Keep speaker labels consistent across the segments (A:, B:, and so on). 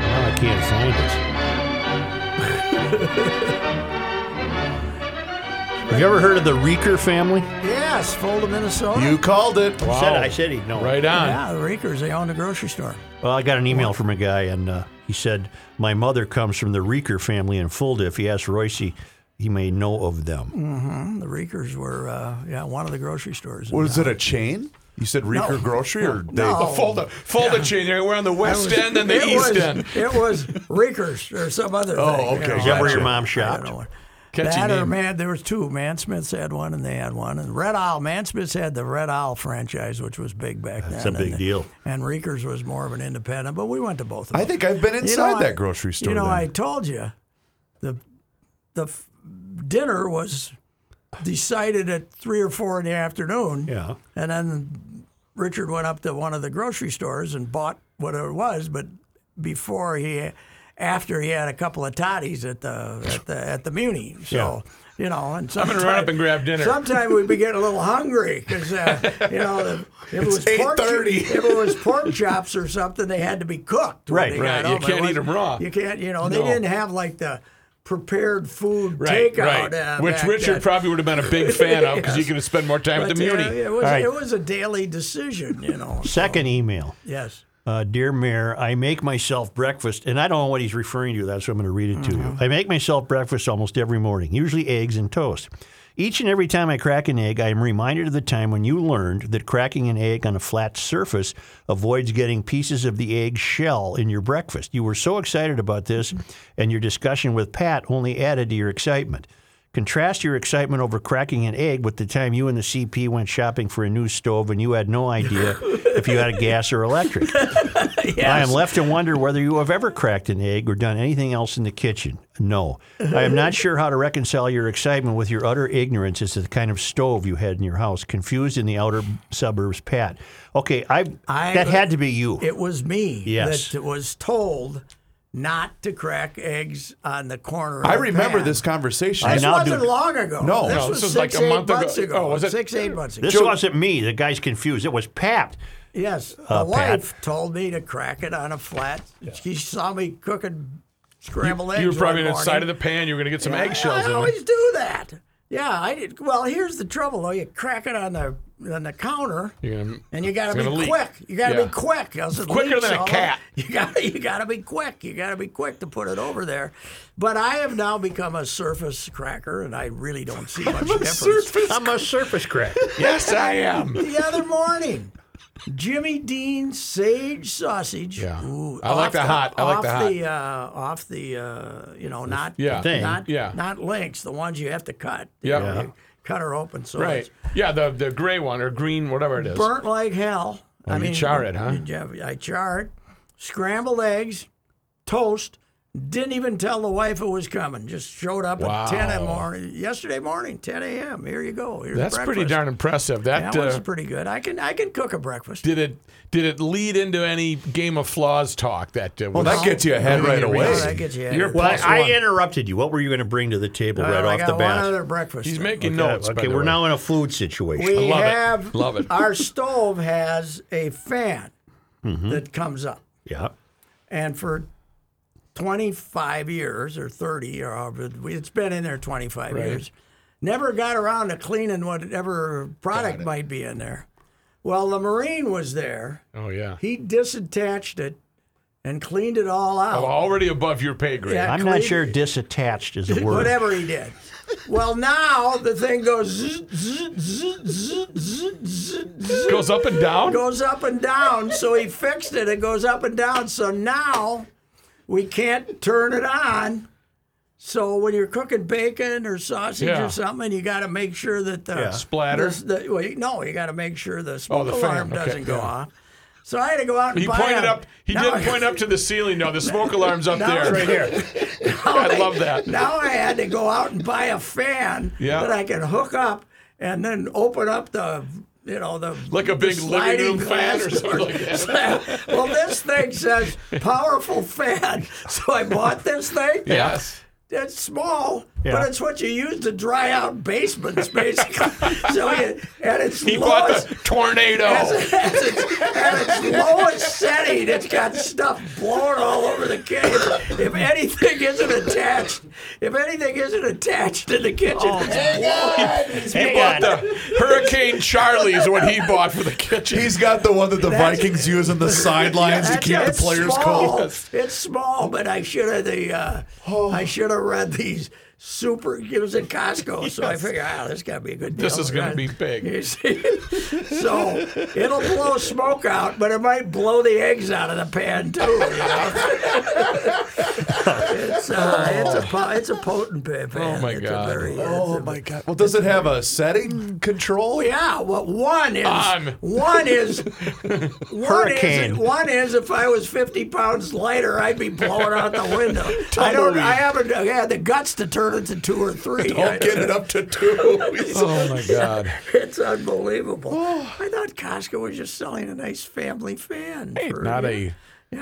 A: Now Oh, I can't find it. Have you ever heard of the Reeker family?
B: Yes, Folda, Minnesota.
C: You called it.
A: I Said I said he'd know.
D: Right on.
B: Yeah, the Reekers, they own the grocery store.
A: Well, I got an email from a guy, and uh, he said my mother comes from the Reeker family in Fulda. If he asks Royce, he he may know of them.
B: The Reekers were, uh, yeah, one of the grocery stores. in
C: Was
B: town.
C: it a chain? You said Reeker
B: No.
C: Grocery or they?
B: No.
D: Fold a fold a chain. We're on the west
B: That was-
D: end and the
B: it
D: east
B: was-
D: end.
B: It was Reekers or some other
C: Oh,
B: thing.
C: okay.
A: Is that where your
C: Gotcha.
A: mom
B: I don't
A: shopped?
B: know what-
D: Catchy
B: that or
D: name.
B: man, there was two. Man Smith's had one, and they had one. And Red Owl, Man Smith's had the Red Owl franchise, which was big back then.
A: That's a
B: and
A: big
B: the-
A: deal.
B: And Reekers was more of an independent, but we went to both of them.
C: I think I've been
B: You
C: inside
B: know, I-
C: that grocery store.
B: You know,
C: then.
B: I told you, the the f- dinner was decided at three or four in the afternoon.
A: Yeah.
B: And then Richard went up to one of the grocery stores and bought whatever it was, but before he, after he had a couple of toddies at the at the at the Muni, so. You know, and
D: I'm gonna run up and grab dinner.
B: Sometimes we'd be getting a little hungry because uh, you know the, if it was pork,
C: 8:30.
B: if it was pork chops or something, they had to be cooked. when
A: Right,
B: they
D: right.
B: got
D: You
B: home. It
D: can't eat
B: wasn't-
D: 'em raw.
B: You can't. You know, they
D: No.
B: didn't have like the prepared food
D: Right,
B: takeout.
D: right.
B: Uh,
D: Which
B: back
D: Richard
B: then.
D: probably would have been a big fan of because you
B: Yes.
D: could have spent more time at
B: But,
D: the
B: uh,
D: Muni.
B: it was.
A: All right.
B: It was a daily decision. You know.
A: Second email.
B: Yes.
A: Uh, Dear Mayor, I make myself breakfast, and I don't know what he's referring to. That's why I'm going to read it to you. I make myself breakfast almost every morning, usually eggs and toast. Each and every time I crack an egg, I am reminded of the time when you learned that cracking an egg on a flat surface avoids getting pieces of the egg shell in your breakfast. You were so excited about this, and your discussion with Pat only added to your excitement. Contrast your excitement over cracking an egg with the time you and the CP went shopping for a new stove and you had no idea if you had a gas or electric. I am left to wonder whether you have ever cracked an egg or done anything else in the kitchen. No. I am not sure how to reconcile your excitement with your utter ignorance as to the kind of stove you had in your house, confused in the outer suburbs, Pat. Okay, I,
B: I-
A: that had to be you.
B: It was me
A: Yes.
B: that was told not to crack eggs on the corner. Of
C: I
B: the
C: remember
B: pan.
C: this conversation.
A: I
B: This
A: now do
B: wasn't
A: it.
B: long ago.
C: No.
B: this
C: No,
B: was,
D: this was
B: six,
D: like a
B: eight
D: month ago.
B: months ago.
D: Oh, was it?
B: six eight months ago?
A: This wasn't me. The guy's confused. It was Pat.
B: Yes, the
A: Uh, Pat.
B: wife told me to crack it on a flat. She saw me cooking scrambled eggs.
D: you were probably
B: one morning.
D: inside of the pan. You were gonna get some
B: I
D: eggshells in
B: always
D: there.
B: do that. Yeah, I did. Well, here's the trouble though. You crack it on the on the counter,
D: You're gonna-
B: and you got
D: it's
B: to be
D: gonna leak.
B: quick. You got to
D: Yeah.
B: be quick. else it
D: Quicker
B: leaks
D: than a
B: all-
D: cat.
B: You got you got to be quick. You got to be quick to put it over there. But I have now become a surface cracker, and I really don't see much difference.
A: I'm a surface crack.
D: Yes, I am.
B: the other morning. Jimmy Dean sage sausage.
D: Yeah.
B: Ooh,
D: I like
B: off
D: the hot. I like
B: off
D: the hot.
B: uh, off the uh, you know not
D: Yeah.
A: Thing.
B: not
D: Yeah.
B: not links the ones you have to cut.
D: Yep.
B: You know, Cut her open so
D: Right.
B: it's
D: Yeah, the the gray one or green, whatever it is.
B: burnt like hell.
D: Oh, you char it, huh?
B: yeah, I char it. Scrambled eggs, toast. Didn't even tell the wife it was coming. Just showed up
D: Wow.
B: at ten in the morning. Yesterday morning, ten a.m. Here you go. Here's
D: That's pretty
B: breakfast.
D: darn impressive. That
B: That was
D: uh,
B: pretty good. I can I can cook a breakfast.
D: did it. Did it lead into any game of flaws talk? That uh,
C: Well, that gets you ahead right
D: Well,
B: Yeah,
D: Wait.
B: that
C: away.
B: gets you ahead.
D: You're
A: Well,
D: plus
A: I, I
D: one.
A: interrupted you. What were you going to bring to the table
B: Well,
A: right
B: I
A: off
B: got
A: the bat?
B: One other breakfast.
D: he's
B: thing.
D: making
A: Yeah,
D: notes. by
A: okay,
D: the
A: we're
D: way.
A: now in a food situation.
B: We
D: love it.
B: have
D: Love it.
B: our stove has a fan that comes up,
A: yeah.
B: and for twenty five years or thirty or however- it's been in there twenty five years. Never got around to cleaning whatever product might be in there. Well, the Marine was there.
D: Oh yeah.
B: He disattached it and cleaned it all out.
D: I'm already above your pay grade.
B: Yeah.
A: I'm not
B: Clean-
A: sure disattached is a word.
B: Whatever he did. Well, now the thing goes zzz, zzz, zzz, zzz, zzz, zzz, zzz,
D: Goes up and down.
B: goes up and down. So he fixed it. It goes up and down. So now we can't turn it on. So when you're cooking bacon or sausage
D: Yeah.
B: or something, you got to make sure that the
D: Splatter. Oh,
B: The, the, well, you- no, you got to make sure the smoke
D: the fan,
B: alarm
D: okay,
B: doesn't go
D: yeah.
B: off. So I had to go out and
D: He
B: buy
D: pointed
B: a-
D: up. He
B: now-
D: did point up to the ceiling. No, the smoke alarm's up
B: Now
D: there.
B: it's right
D: here. I love that.
B: Oh, Now I had to go out and buy a fan
D: Yeah.
B: that I can hook up and then open up the, you know, the
D: Like a
B: the
D: big living room
B: sliding
D: fan
B: glass
D: or something
B: door.
D: like that.
B: well, this thing says powerful fan, so I bought this thing.
D: Yes.
B: It's small,
A: Yeah.
B: but it's what you use to dry out basements, basically. so you, and it's
D: He bought
B: lowest,
D: the tornado.
B: has, has its, at its lowest setting, it's got stuff blown all over the kitchen. If anything isn't attached, if anything isn't attached in the kitchen, it's blown.
A: Hang
D: Bought
A: on.
D: the Hurricane Charlie is what he bought for the kitchen.
C: He's got the one that the Vikings use on the sidelines to
B: That's-
C: keep the
B: it's
C: players
B: small.
C: cold.
B: It's small, but I should have the uh, I should have read these super. It was at Costco, so I figure, ah, this got to be a good deal.
D: This is gonna be big.
B: You see? so it'll blow smoke out, but it might blow the eggs out of the pan too. You know? it's, uh, it's a po- it's a potent pa- pan.
D: my
B: It's a
D: God.
B: very- it's
C: Oh
B: a-
C: my god! Well, does it have a setting control?
B: yeah, well, one is
C: Um.
D: I'm-
B: one is
A: Hurricane.
B: One is, one is if I was fifty pounds lighter, I'd be blowing out the window. I don't.
C: Tumbleweed.
B: I haven't had the guts to turn it to two or 3
C: I'll get it up to two.
D: Oh my God.
B: It's unbelievable. I thought Costco was just selling a nice family fan. for,
D: Not
B: you
D: a
B: know,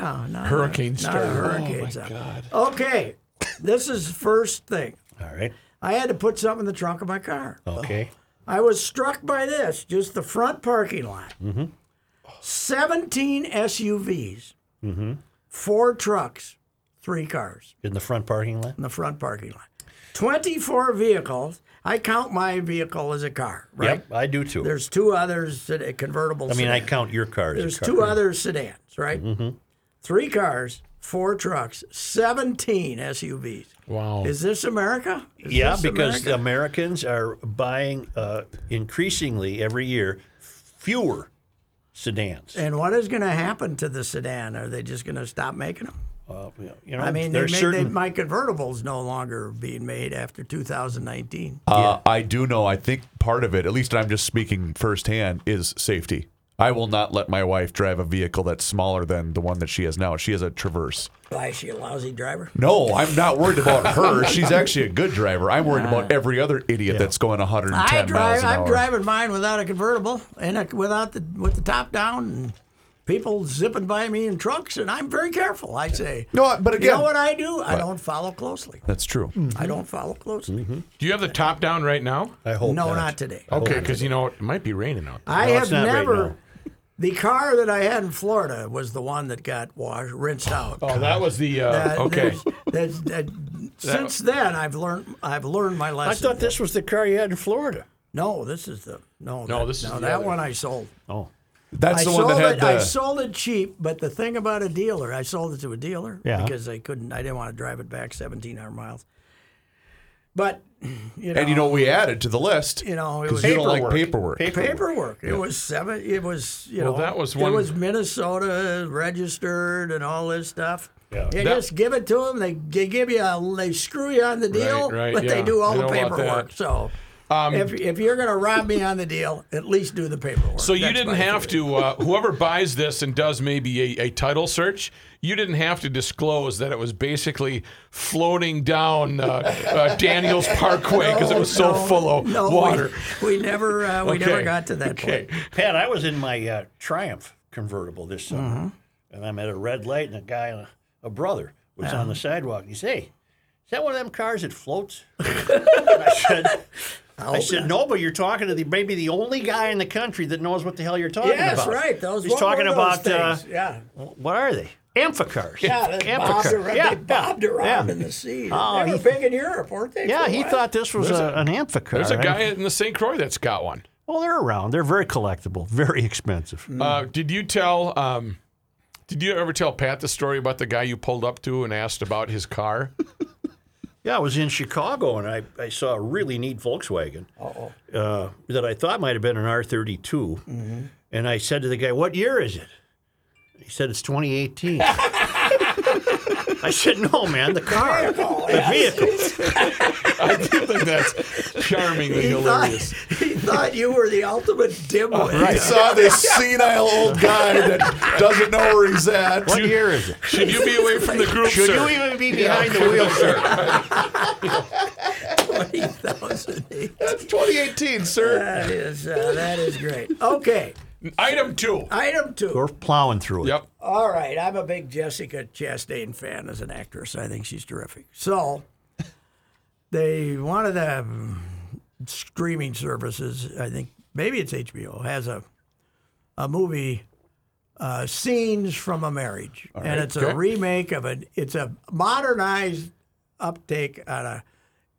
B: yeah, not
D: hurricane
B: a, not
A: Oh,
D: starter.
B: a hurricane. stuff. Okay, this is first thing.
A: All right.
B: I had to put something in the trunk of my car.
A: Okay.
B: I was struck by this, just the front parking lot.
A: Mm-hmm.
B: 17 SUVs,
A: Mm-hmm.
B: four trucks, three cars
A: In the front parking lot.
B: in the front parking lot. 24 vehicles. I count my vehicle as a car, right?
A: Yep, I do too.
B: There's two others that a convertible.
A: I mean, I
B: sedan.
A: count your car as a
B: There's
A: car. Mm-hmm.
B: two other sedans, right? Three cars, four trucks, 17 SUVs.
D: Wow.
B: Is this America? Is
A: Yeah,
B: this
A: because
B: America?
A: Americans are buying uh, increasingly every year fewer sedans.
B: And what is going to happen to the sedan? Are they just going to stop making them?
A: Uh, you know,
B: I mean, they
A: there's
B: made,
A: certain.
B: they, my convertible's no longer being made after 2019.
C: Uh, I do know. I think part of it, at least I'm just speaking firsthand, is safety. I will not let my wife drive a vehicle that's smaller than the one that she has now. She has a Traverse.
B: Why is she a lousy driver?
C: No, I'm not worried about her. She's actually a good driver. I'm worried about every other idiot that's going 110
B: I
C: miles
B: drive.
C: an
B: I'm
C: hour.
B: driving mine without a convertible and a, without the with the top down, and people zipping by me in trucks, and I'm very careful. I say.
C: No, but
B: You
C: again,
B: know what I do? I don't follow closely.
C: that's true.
B: I don't follow closely.
C: Mm-hmm.
D: Do you have the top down right now?
A: I hope
B: No,
A: not.
B: not today.
D: Okay, because you know it might be raining out.
B: I
A: No,
B: have
A: it's not right
B: never.
A: now.
B: the car that I had in Florida was the one that got washed, rinsed out.
D: Oh, that was the uh,
B: That-
D: okay.
B: there's- that- that- since then, I've learned. I've learned my lesson.
A: I thought this was the car you had in Florida.
B: No, this is the no.
D: No,
B: that-
D: this is
B: no,
D: the
B: that
D: other.
B: one I sold.
A: Oh,
C: That's
B: I
C: the
B: sold
C: one that had
B: it.
C: the.
B: I sold it cheap, but the thing about a dealer, I sold it to a dealer
A: Yeah.
B: because I couldn't. I didn't want to drive it back 1,700 miles. But you know,
C: and you know, what we added to the list
B: you know, it was
C: because you don't like
A: Paperwork.
C: paperwork.
B: paperwork. It was seven. It was you
D: Well,
B: know.
D: that was one-
B: It was Minnesota registered and all this stuff.
A: Yeah.
B: You
D: That-
B: just give it to them. They, they give you a. They screw you on the deal,
D: right,
B: but
D: yeah.
B: they do all
D: I
B: the
D: don't want that. Um,
B: paperwork. So. if, if you're going to rob me on the deal, at least do the paperwork.
D: So you
B: That's
D: didn't
B: my
D: have
B: theory.
D: to. Uh, whoever buys this and does maybe a, a title search, you didn't have to disclose that it was basically floating down uh, uh, Daniels Parkway because it was so
B: No,
D: full of
B: no, we-
D: water.
B: We, never uh, we never
D: Okay.
B: got to that
D: Okay.
B: point.
A: Pat, I was in my uh, Triumph convertible this summer,
B: Mm-hmm.
A: and I'm at a red light, and a guy, a, a brother, was on the sidewalk. and He said, "Hey, is that one of them cars that floats?" and I said. I said, no, but you're talking to the maybe the only guy in the country that knows what the hell you're talking
B: Yes,
A: about.
B: right. Those
A: He's
B: what were
A: talking
B: those
A: about uh,
B: things? yeah.
A: what are they? Amphicars.
B: Yeah, they bobbed around,
A: Yeah,
B: they bobbed
A: yeah,
B: around
A: yeah.
B: in the sea.
A: Oh,
B: they were
A: he-
B: big in Europe, weren't they?
A: Yeah,
B: for a
A: he
B: while?
A: thought this was a, an amphicar.
D: There's a
A: and-
D: guy in the St. Croix that's got one.
A: Well, they're around. They're very collectible, very expensive.
B: Mm.
D: Uh, did you tell? Um, did you ever tell Pat the story about the guy you pulled up to and asked about his car?
A: Yeah, I was in Chicago and I, I saw a really neat Volkswagen uh, that I thought might have been an R32.
B: Mm-hmm.
A: And I said to the guy, What year is it? He said, It's 2018. I said, No, man, the car, the vehicle.
D: I do think that's charmingly
B: He thought,
D: hilarious.
B: he thought you were the ultimate dimwit.
C: I saw this senile old guy that doesn't know where he's at.
A: What year is it?
D: Should you be away from the group,
A: Should you
D: sir?
B: e-
A: even be behind the wheel, sir?
B: 20,000.
C: That's 2018, sir.
B: That is, uh, that is great. Okay,
D: Item two.
B: item two.
A: We're plowing through it.
D: Yep.
B: All right, I'm a big Jessica Chastain fan as an actress. I think she's terrific. So, they one of the um, streaming services, I think maybe it's HBO, has a a movie uh, scenes from a marriage, and it's
D: okay.
B: a remake of an it's a modernized uptake on a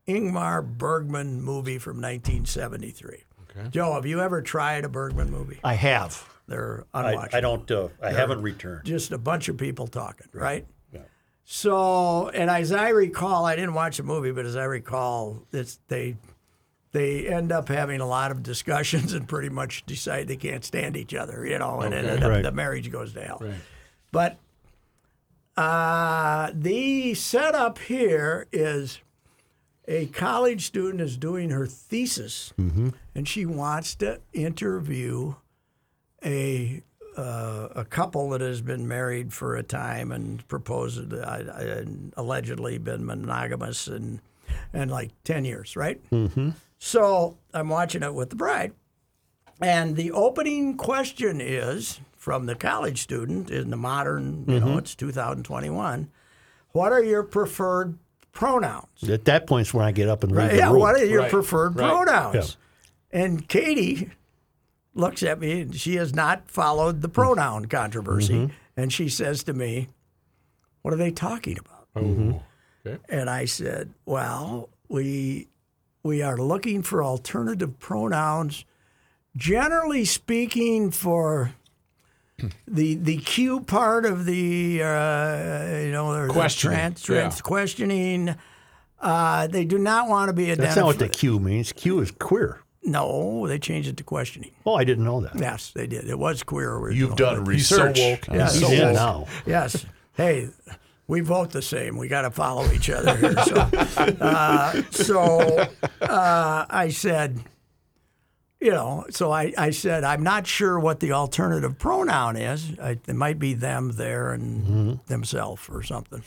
B: Ingmar Bergman movie from 1973. Joe, have you ever tried a Bergman movie?
A: I have.
B: They're
A: I,
B: unwatchable
A: I don't, uh, I haven't returned.
B: just a bunch of people talking, right? So, and as I recall, I didn't watch the movie, but as I recall, it's they they end up having a lot of discussions and pretty much decide they can't stand each other, you know, and then the,
A: Right.
B: the marriage goes to hell. But uh, the setup here is a college student is doing her thesis, and she wants to interview a uh, a couple that has been married for a time and proposed uh, and allegedly been monogamous and and like ten years, right? Mm-hmm. So I'm watching it with the bride, and the opening question is from the college student in the modern, you know, it's 2021. What are your preferred pronouns?
A: At that point is when I get up and leave the
B: Uh, Yeah,
A: room.
B: what are your
D: Right,
B: preferred
D: right.
B: pronouns? And Katie looks at me and she has not followed the pronoun controversy. And she says to me, What are they talking about? And I said, Well, we we are looking for alternative pronouns, generally speaking, for the the Q part of the uh, you know or the
D: Questioning,
B: trans,
D: yeah.
B: trans questioning. Uh, they do not want to be identified.
A: That's not what the Q means. Q is queer.
B: No, they changed it to questioning.
A: Oh, I didn't know that.
B: Yes, they did. It was queer originally.
C: You've done
D: He's so
C: research.
D: woke.
C: on
D: He's
C: this.
A: He's
D: so
A: in
D: woke.
A: now.
B: Yes. Hey, we vote the same. We got to follow each other here. So, uh, so uh, I said, you know, so I, I said, I'm not sure what the alternative pronoun is. I, it might be them, there, and themselves or something.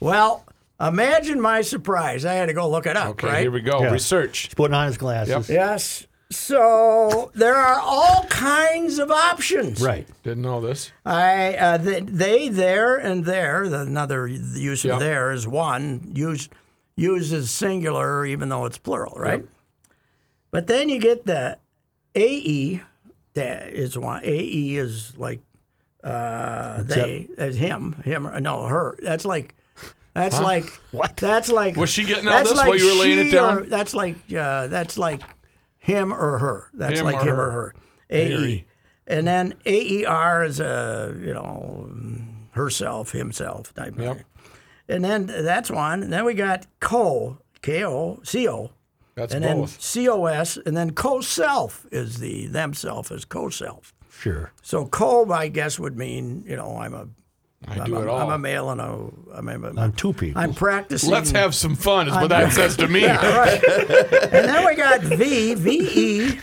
B: Well, imagine my surprise. I had to go look it up,
D: Okay,
B: right?
D: here we go.
A: Yeah.
D: Research.
A: He's putting on his glasses.
B: yes. So there are all kinds of options.
A: Right.
D: Didn't know this.
B: I uh, th- they there and there. Another use of
D: Yeah.
B: there is one used uses singular even though it's plural, right? But then you get the AE that is one. AE is like uh, they as him him no her. That's like that's like what? That's like
D: Was she getting all
B: that's
D: this
B: like
D: while you were laying it
B: she
D: down?
B: or- that's like uh, that's like him or her. That's
D: Him
B: like
D: or
B: him
D: her.
B: or her. AE. And then AER is a, you know, herself, himself type of thing. And then that's one. And then we got co, K-O, C-O.
D: That's
B: And then
D: both.
B: C-O-S. And then co-self is the, themself is co-self.
A: Sure.
B: So co, I guess, would mean, you know, I'm a,
D: I
B: am
D: do
B: a,
D: it all.
B: I'm a male and a, I'm a,
A: On two people.
B: I'm practicing.
D: Let's have some fun, is what that says to me.
B: Yeah, right. and then we got V, V-E,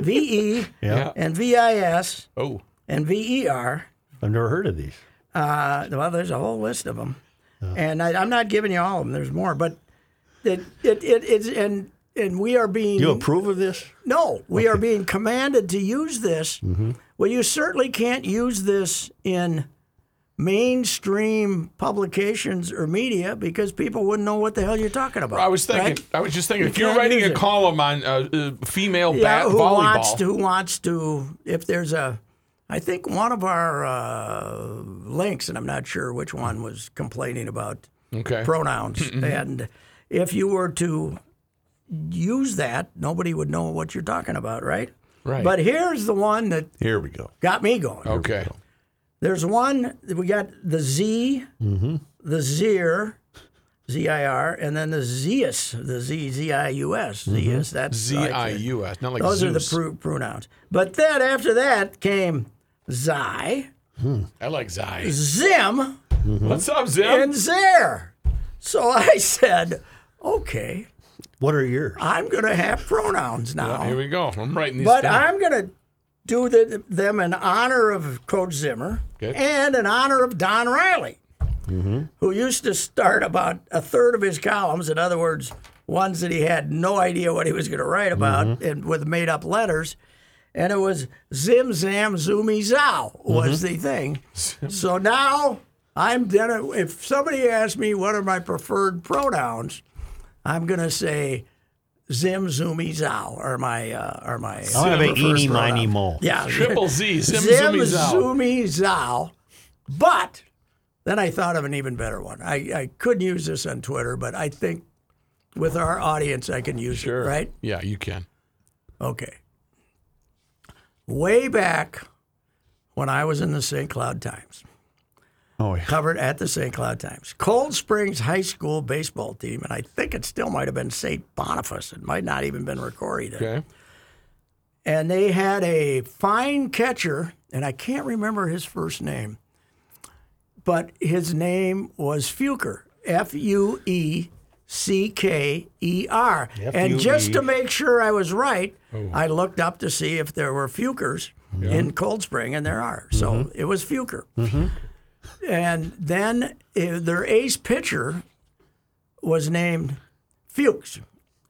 B: V-E,
A: yeah.
B: and V-I-S,
D: Oh,
B: and V-E-R.
A: I've never heard of these.
B: Uh, well, there's a whole list of them, and I, I'm not giving you all of them. There's more, but it it, it it's and and we are being
A: You approve of this?
B: no, we are being commanded to use this.
A: Mm-hmm.
B: Well, you certainly can't use this in mainstream publications or media because people wouldn't know what the hell you're talking about.
D: I was thinking.
B: right?
D: I was just thinking.
B: You
D: if you're
B: can't
D: writing
B: use
D: a
B: it.
D: column on uh, uh, female
B: yeah,
D: bat
B: who
D: volleyball,
B: wants to? Who wants to? If there's a I think one of our uh, links, and I'm not sure which one, was complaining about
D: Okay.
B: pronouns.
D: Mm-hmm.
B: and if you were to use that, nobody would know what you're talking about, right?
D: Right. Oh.
B: But here's the one that
C: Here we go.
B: got me going.
D: okay.
B: There's one that we got the Z,
D: Mm-hmm.
B: the Zir, Z I R, and then the Zeus, the Z Z I U S, Zeus. That's
D: Mm-hmm. Z I U S. Not like
B: Those are the
D: Zeus.
B: pr- pronouns. But then after that came Zai,
D: I like Zai.
B: Zim,
D: What's up, Zim?
B: and Zer. So I said, okay,
A: What are yours?
B: I'm going to have pronouns now.
D: Here we go. I'm writing these
B: But
D: down.
B: I'm going to do the, them in honor of Coach Zimmer
D: Good. Mm-hmm.
B: and in honor of Don Riley, who used to start about a third of his columns, in other words, ones that he had no idea what he was going to write about
D: Mm-hmm.
B: and with made up letters. And it was Zim Zam Zoomy Zow was
D: Mm-hmm.
B: the thing. so now I'm gonna if somebody asks me what are my preferred pronouns, I'm gonna say Zim Zoomy Zow are my uh, are my
A: I want to have a
B: preferred
A: eeny,
B: pronoun.
A: miny, mo.
B: Yeah.
D: Triple Z. Zim,
B: Zim
D: Zoomies out.
B: Zoomy Zow. But then I thought of an even better one. I, I couldn't use this on Twitter, but I think with our audience I can use
D: Sure.
B: it, right?
D: Yeah, you can.
B: Okay. Way back when I was in the St. Cloud Times,
C: Oh, yeah.
B: covered at the St. Cloud Times, Cold Springs High School baseball team, and I think it still might have been St. Boniface. It might not even been Ricori then.
D: Okay.
B: And they had a fine catcher, and I can't remember his first name, but his name was Fuker, F U E C K E R. And just to make sure I was right,
D: Oh.
B: I looked up to see if there were Fukers in Cold Spring, and there are. So
D: Mm-hmm.
B: it was Fuker. And then uh, their ace pitcher was named Fuchs,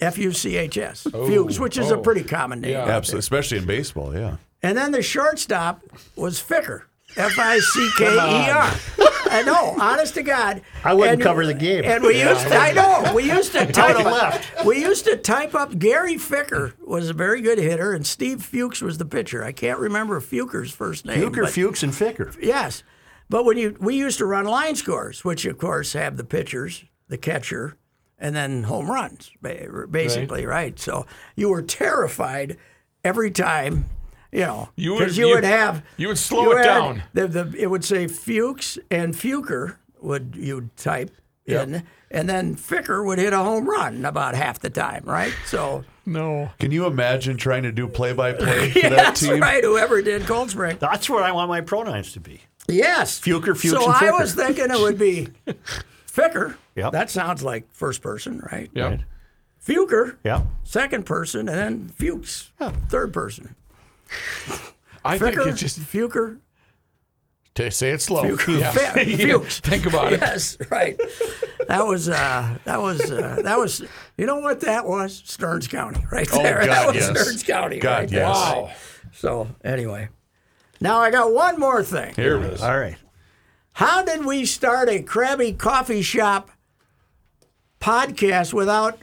B: F U C H S, Fuchs, which is a
D: oh.
B: pretty common name.
D: Yeah.
C: Absolutely. Especially in baseball, yeah.
B: And then the shortstop was Ficker. F I C K E R. I know, honest to God.
A: I wouldn't
B: And-
A: cover the game.
B: And we used to, I know, we used to type
A: have
B: left. We used to type up Gary Ficker was a very good hitter and Steve Fuchs was the pitcher. I can't remember Fuker's first name.
A: Euchre,
B: but-
A: Fuchs, and Ficker.
B: Yes. But when you we used to run line scores, which of course have the pitchers, the catcher, and then home runs, ba- basically, right? So you were terrified every time, you know,
D: You would-
B: because you,
D: you-
B: would have
D: you would slow it
B: had-
D: down.
B: The, the, it would say Fuchs and Fuker would you type in, and then Ficker would hit a home run about half the time, right? So
D: No.
C: Can you imagine trying to do play by play for that
B: that's
C: team?
B: right. Whoever did Cold Spring.
A: That's what I want my pronouns to be.
B: Yes.
A: Fuker, Fuchs,
B: So
A: and
B: I
A: Ficker.
B: was thinking it would be Ficker.
A: Yep.
B: That sounds like first person, right?
D: Yeah.
B: Fuker,
A: Yeah.
B: second person, and then Fuchs, third person.
D: I think
B: Ficker,
D: it just
B: Fuker,
D: t- say it slow. Yeah.
B: Fe- Fuchs.
D: Think about it.
B: Yes, right. That was uh, that was uh, that was. You know what that was? Stearns County, right there. that
C: God,
B: was
C: yes.
B: Stearns County,
C: God,
B: right there.
C: yes.
D: Wow.
B: So anyway, now I got one more thing.
C: Here it is.
A: All right.
B: How did we start a Krabby Coffee Shop podcast without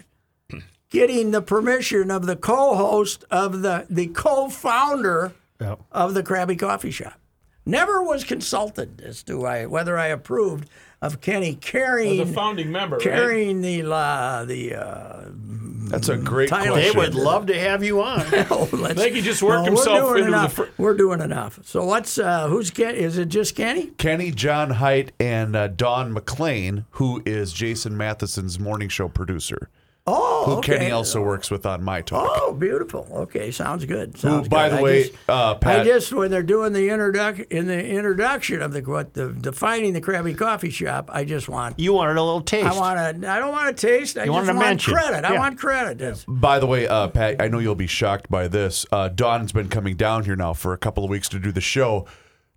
B: getting the permission of the co-host of the the co-founder
A: Yeah.
B: of the Krabby Coffee Shop? Never was consulted as to I whether I approved of Kenny
D: The
B: carrying
D: founding member. Right?
B: carrying the la the uh,
C: That's a great
B: Title.
A: They
C: question.
A: would love to have you on.
B: oh, let's,
D: think he just worked himself
B: we're doing
D: into the
B: enough.
D: fr-
B: we're doing enough. So what's uh, who's Ken? Is it just Kenny?
C: Kenny John Height and uh, Don McLean, who is Jason Matheson's morning show producer,
B: Oh,
C: who
B: okay.
C: Kenny also works with on My Talk.
B: Oh, beautiful. Okay, sounds good.
C: who,
B: Sounds
C: by
B: good.
C: the
B: I
C: way,
B: just-
C: uh,
B: I
C: Pat,
B: just when they're doing the introduc in the introduction of the what the defining the Krabby Coffee Shop, I just want
A: You wanted a little taste.
B: I want to I don't want to taste. I
A: You wanted
B: just
A: to
B: want
A: mention.
B: credit. I
A: Yeah.
B: want credit. That's-
C: by the way, uh, Pat, I know you'll be shocked by this. Uh, Dawn's been coming down here now for a couple of weeks to do the show.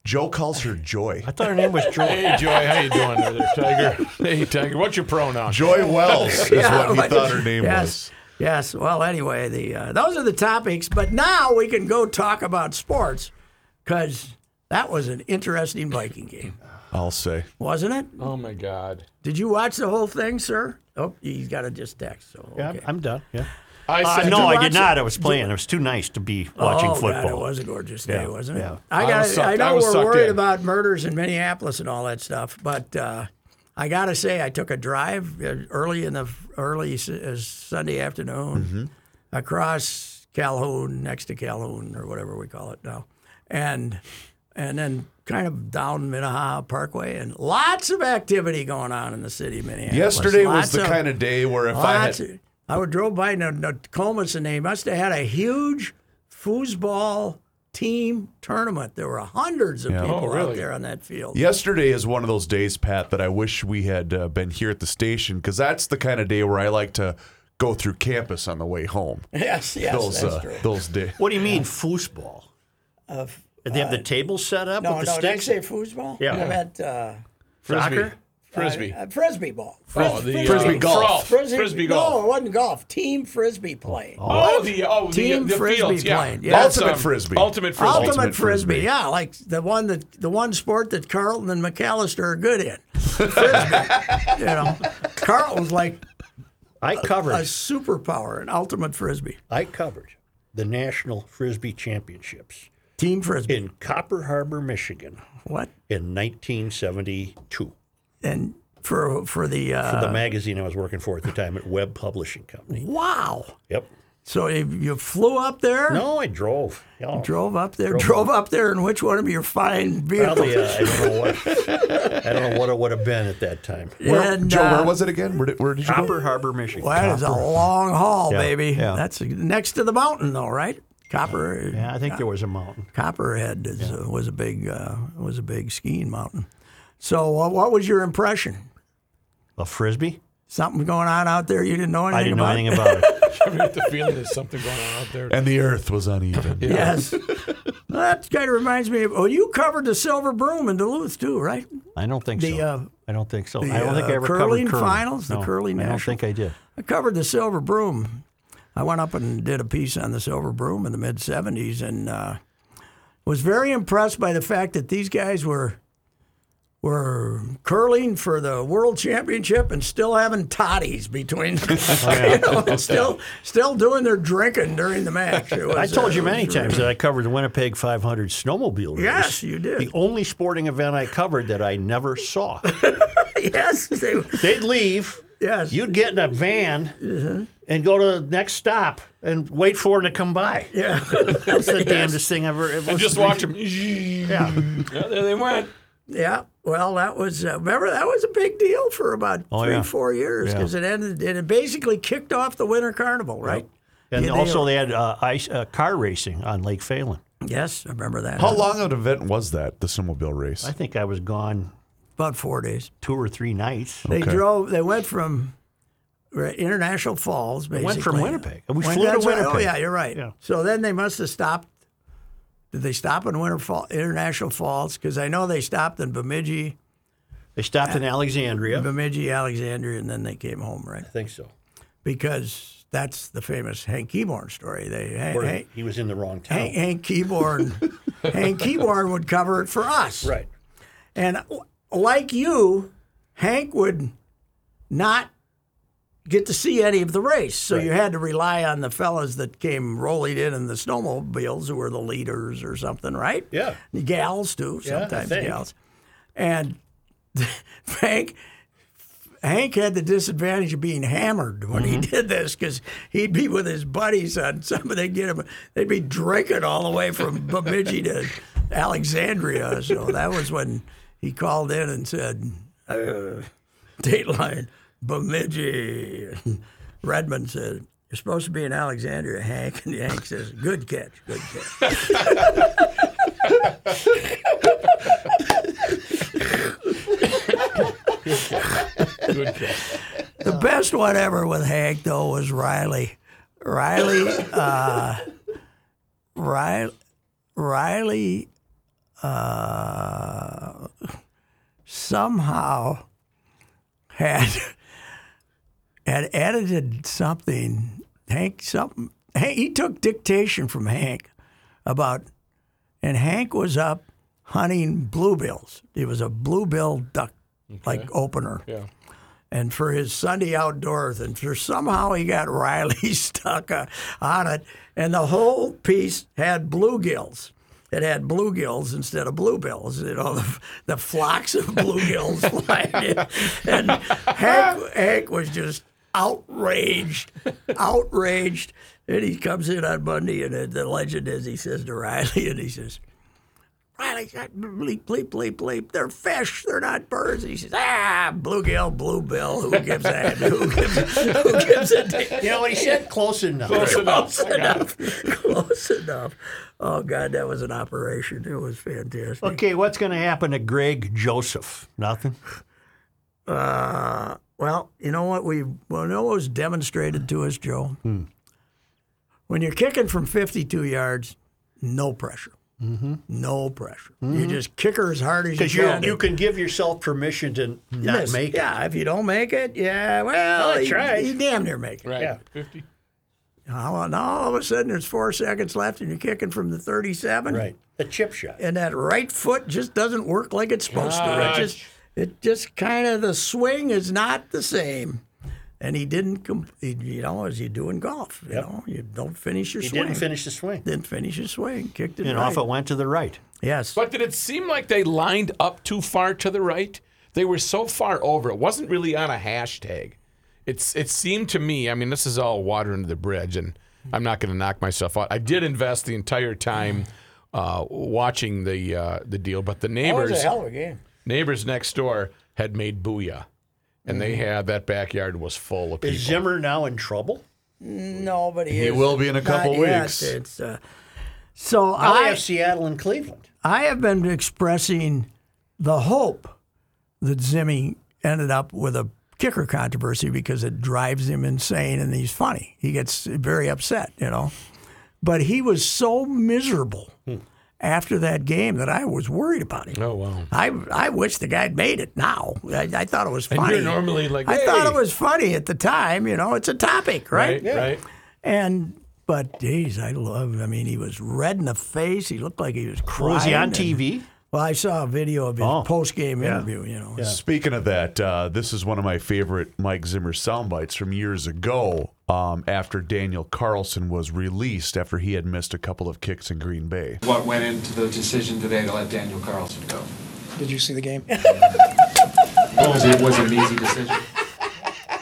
C: Joe calls her Joy.
A: I thought her name was Joy.
D: Hey Joy, how you doing over there, Tiger? Hey Tiger, what's your pronoun?
C: Joy Wells is
B: Yeah,
C: what he
B: but-
C: thought her name
B: yes,
C: was.
B: Yes. Well, anyway, the uh, those are the topics. But now we can go talk about sports because that was an interesting Viking game,
C: I'll say.
B: wasn't it?
D: Oh my God.
B: Did you watch the whole thing, sir? Oh, he's got to just text. So
A: Yeah,
B: okay.
A: I'm, I'm done. Yeah.
D: I
A: Uh,
D: said,
A: no,
D: "Did you
A: I
D: watch
A: did
D: it?"
A: not. I was playing. It was too nice to be watching
B: oh,
A: football.
B: God, it was a gorgeous day,
A: Yeah,
B: wasn't it?
A: yeah.
B: I
D: I
B: got.
D: was
B: I,
D: sucked- I
B: know
D: was
B: we're
D: sucked
B: worried
D: in.
B: about murders in Minneapolis and all that stuff, but uh, I got to say, I took a drive uh, early in the early s- uh, Sunday afternoon
A: Mm-hmm.
B: across Calhoun, next to Calhoun or whatever we call it now, and and then kind of down Minnehaha Parkway, and lots of activity going on in the city of Minneapolis.
C: Yesterday was
B: Lots
C: the kind of day where if I
B: Lots
C: had
B: of- I would drove by no, no, Comus and they must have had a huge foosball team tournament. There were hundreds of people
D: Oh, really?
B: out there on that field.
C: Yesterday is one of those days, Pat, that I wish we had uh, been here at the station because that's the kind of day where I like to go through campus on the way home.
B: Yes, yes,
C: those
B: that's
C: uh,
B: true.
C: those days.
A: What do you mean foosball?
B: Of- uh,
A: Did they have the table set up
B: no, no,
A: with the
B: did I
A: sticks?
B: say foosball?
A: Yeah.
B: I meant uh,
D: Frisbee.
A: Soccer?
D: Frisbee.
B: uh, frisbee ball.
D: Oh, the, uh,
C: Frisbee golf.
D: Frisbee,
B: No, it
D: golf.
B: wasn't golf. Team frisbee play.
D: Oh, the oh, the,
B: Team
D: the
B: frisbee
D: fields, yeah.
B: playing, yeah.
D: That's, um,
C: Ultimate frisbee.
D: oh, Ultimate frisbee.
B: Ultimate,
C: Ultimate
B: frisbee.
C: frisbee.
B: yeah, like the one that the one sport that Carlton and McAllister are good in. Frisbee, you know, Carlton's like
A: I covered.
B: a superpower, an ultimate frisbee,
A: I covered the National Frisbee Championships
B: team frisbee.
A: in Copper Harbor, Michigan
B: What?
A: in 1972
B: And for for the, uh,
A: for the magazine I was working for at the time at Webb Publishing Company.
B: wow.
A: Yep.
B: So you, you flew up there,
A: No, I drove. Yeah.
B: Hmm. drove up there, drove, up there, in which one of your fine vehicles?
A: Probably, uh, I don't know what I don't know what it would have been at that time.
C: Where,
B: And,
C: Joe,
B: uh,
C: where was it again? Where did, where did you go?
A: Copper Harbor, Michigan.
B: Well, that is a long haul,
A: Yeah,
B: baby.
A: yeah.
B: That's next to the mountain, though, right? Copper.
A: yeah, I think there was a mountain.
B: Copperhead is, uh, was a big uh, was a big skiing mountain. So, uh, what was your impression?
A: A frisbee?
B: Something going on out there you didn't know anything
A: I didn't know
B: about?
A: anything about it.
D: I mean, the feeling there's something going on out there.
C: And the earth was uneven.
B: Yes. well, that kind of reminds me of. Oh, you covered the Silver Broom in Duluth too, right?
A: I don't think
B: The,
A: so.
B: uh,
A: I don't think so. I don't think I
B: uh,
A: ever
B: curling
A: covered curling
B: finals, the
A: No,
B: curling
A: I don't
B: national-
A: think I did.
B: I covered the Silver Broom. I went up and did a piece on the Silver Broom in the mid '70s, and uh, was very impressed by the fact that these guys were were curling for the world championship and still having toddies between them, you know, and still still doing their drinking during the match. It
A: I
B: was,
A: told
B: uh,
A: you
B: it
A: many
B: was
A: times that I covered the Winnipeg 500 snowmobile race.
B: Yes, you did.
A: The only sporting event I covered that I never saw.
B: really- Yes, they,
A: They'd leave.
B: yes. Mm-hmm.
A: You'd get in a van and go to the next stop and wait for them to come by.
B: yeah.
A: That's the damnedest thing ever. It
D: And
A: was-
D: just watch them. Yeah. There they went.
B: Yeah. Well, that was uh, remember that was a big deal for about three,
A: Oh, yeah.
B: four years because it ended. It had basically kicked off the winter carnival, right?
A: And
B: Yeah, they-
A: also, they had uh, ice uh, car racing on Lake Phelan.
B: Yes, I remember that.
C: How long of an event was that? The snowmobile
A: I
C: race.
A: think I was gone
B: About four days.
A: two or three nights.
B: They
C: Okay.
B: drove. They went from re- International Falls. Basically,
A: went from Winnipeg. We flew to
B: that's right. Oh
A: Winnipeg.
B: yeah, you're right.
A: Yeah.
B: So then they must have stopped. Did they stop in Winter Fall, International Falls? Because I know they stopped in Bemidji,
A: They stopped in Alexandria. I
B: Bemidji, Alexandria, and then they came home, right?
A: think so.
B: Because that's the famous Hank Keeborn story. They Hank,
A: Or
B: Hank,
A: he was in the wrong town.
B: Hank, Hank Keybourne, Hank Keybourne would cover it for us.
A: Right.
B: And uh, like you, Hank would not get to see any of the race. So you had to rely on the fellas that came rolling in in the snowmobiles who were the leaders or something, right?
A: Yeah.
B: The gals too,
A: I
B: sometimes
A: think.
B: gals. And Hank Hank had the disadvantage of being hammered when
A: Mm-hmm.
B: he did this because he'd be with his buddies on some. They'd get him. They'd be drinking all the way from Bemidji to Alexandria. So that was when he called in and said, uh, "Dateline, Bemidji." And Redmond said, "You're supposed to be in Alexandria, Hank." And Hank says, "Good catch, good catch."
D: Good catch.
B: The best one ever with Hank though was Riley. Riley. Uh, Riley. Riley uh, somehow had had edited something. Hank something. Hank, he took dictation from Hank about, and Hank was up hunting bluebills. He was a bluebill duck like opener.
D: Yeah.
B: and for his Sunday outdoors, and for somehow he got Riley stuck uh, on it, and the whole piece had bluegills. It had bluegills instead of bluebells, you know, the, the flocks of bluegills flying in. And Hank, Hank was just outraged, outraged. And he comes in on Monday, and the- the legend is he says to Riley, and he says, Riley, I- bleep, bleep, bleep, bleep. They're fish. They're not birds. And he says, ah, bluegill, bluebill. Who gives a Who gives, who gives a damn?
A: You know, he said close enough.
B: Close enough. Close enough. Oh, God, that was an operation. It was fantastic.
A: Okay, what's going to happen to Greg Joseph? Nothing.
B: Uh, well, you know what we well, you know what was demonstrated to us, Joe?
A: Hmm.
B: When you're kicking from 52 yards, no pressure. Mm-hmm. No pressure. You just kick her as hard as you
A: Mm-hmm. Because you
B: can.
A: you can give yourself permission to not
B: Miss.
A: make it.
B: yeah, if you don't make it, yeah, well,
A: that's
B: you,
A: right.
B: you damn near make it.
D: Right.
A: Yeah.
D: 50.
B: Now, now all of a sudden, there's four seconds left, and you're kicking from the 37.
A: Right. A chip shot.
B: and that right foot just doesn't work like it's supposed
D: Gosh.
B: to. It just, it just kind of the swing is not the same. And he didn't, com- he, you know, as you do in golf, you know, you don't finish your
A: He
B: swing.
A: didn't finish the swing.
B: Didn't finish his swing. Kicked it
A: And
B: right.
A: off it went to the right.
B: Yes.
D: But did it seem like they lined up too far to the right? They were so far over. It wasn't really on a hashtag. It's it seemed to me. I mean, this is all water under the bridge, and I'm not going to knock myself out. I did invest the entire time uh, watching the uh, the deal, but the
B: that was a
D: neighbors
B: Oh, hell of a game.
D: neighbors next door had made booyah, and
B: Mm-hmm.
D: they had that backyard was full of people.
A: Is Zimmer now in trouble?
B: No, but he,
C: He
B: is
C: will be in a couple
B: not yet.
C: weeks.
B: It's, uh, so
A: Now they
B: I,
A: have Seattle and Cleveland.
B: I have been expressing the hope that Zimmy ended up with a kicker controversy because it drives him insane and he's funny. He gets very upset, you know. But he was so miserable after that game that I was worried about him.
D: oh wow!
B: I, I wish the guy made it now. I, I thought it was
D: And
B: funny.
D: you're normally like,
B: I thought
D: "Hey."
B: it was funny at the time. You know, it's a topic,
D: Right, right.
B: And but geez, I love. I mean, he was red in the face. He looked like he was crying.
A: Was he on
B: and-
A: TV?
B: well, I saw a video of his
A: Oh.
B: post game interview. You know,
C: Speaking of that, uh, this is one of my favorite Mike Zimmer sound bites from years ago. Um, after Daniel Carlson was released, after he had missed a couple of kicks in Green Bay.
E: What went into the decision today to let Daniel Carlson go?
F: Did you see the game?
E: Was it, was it an easy decision?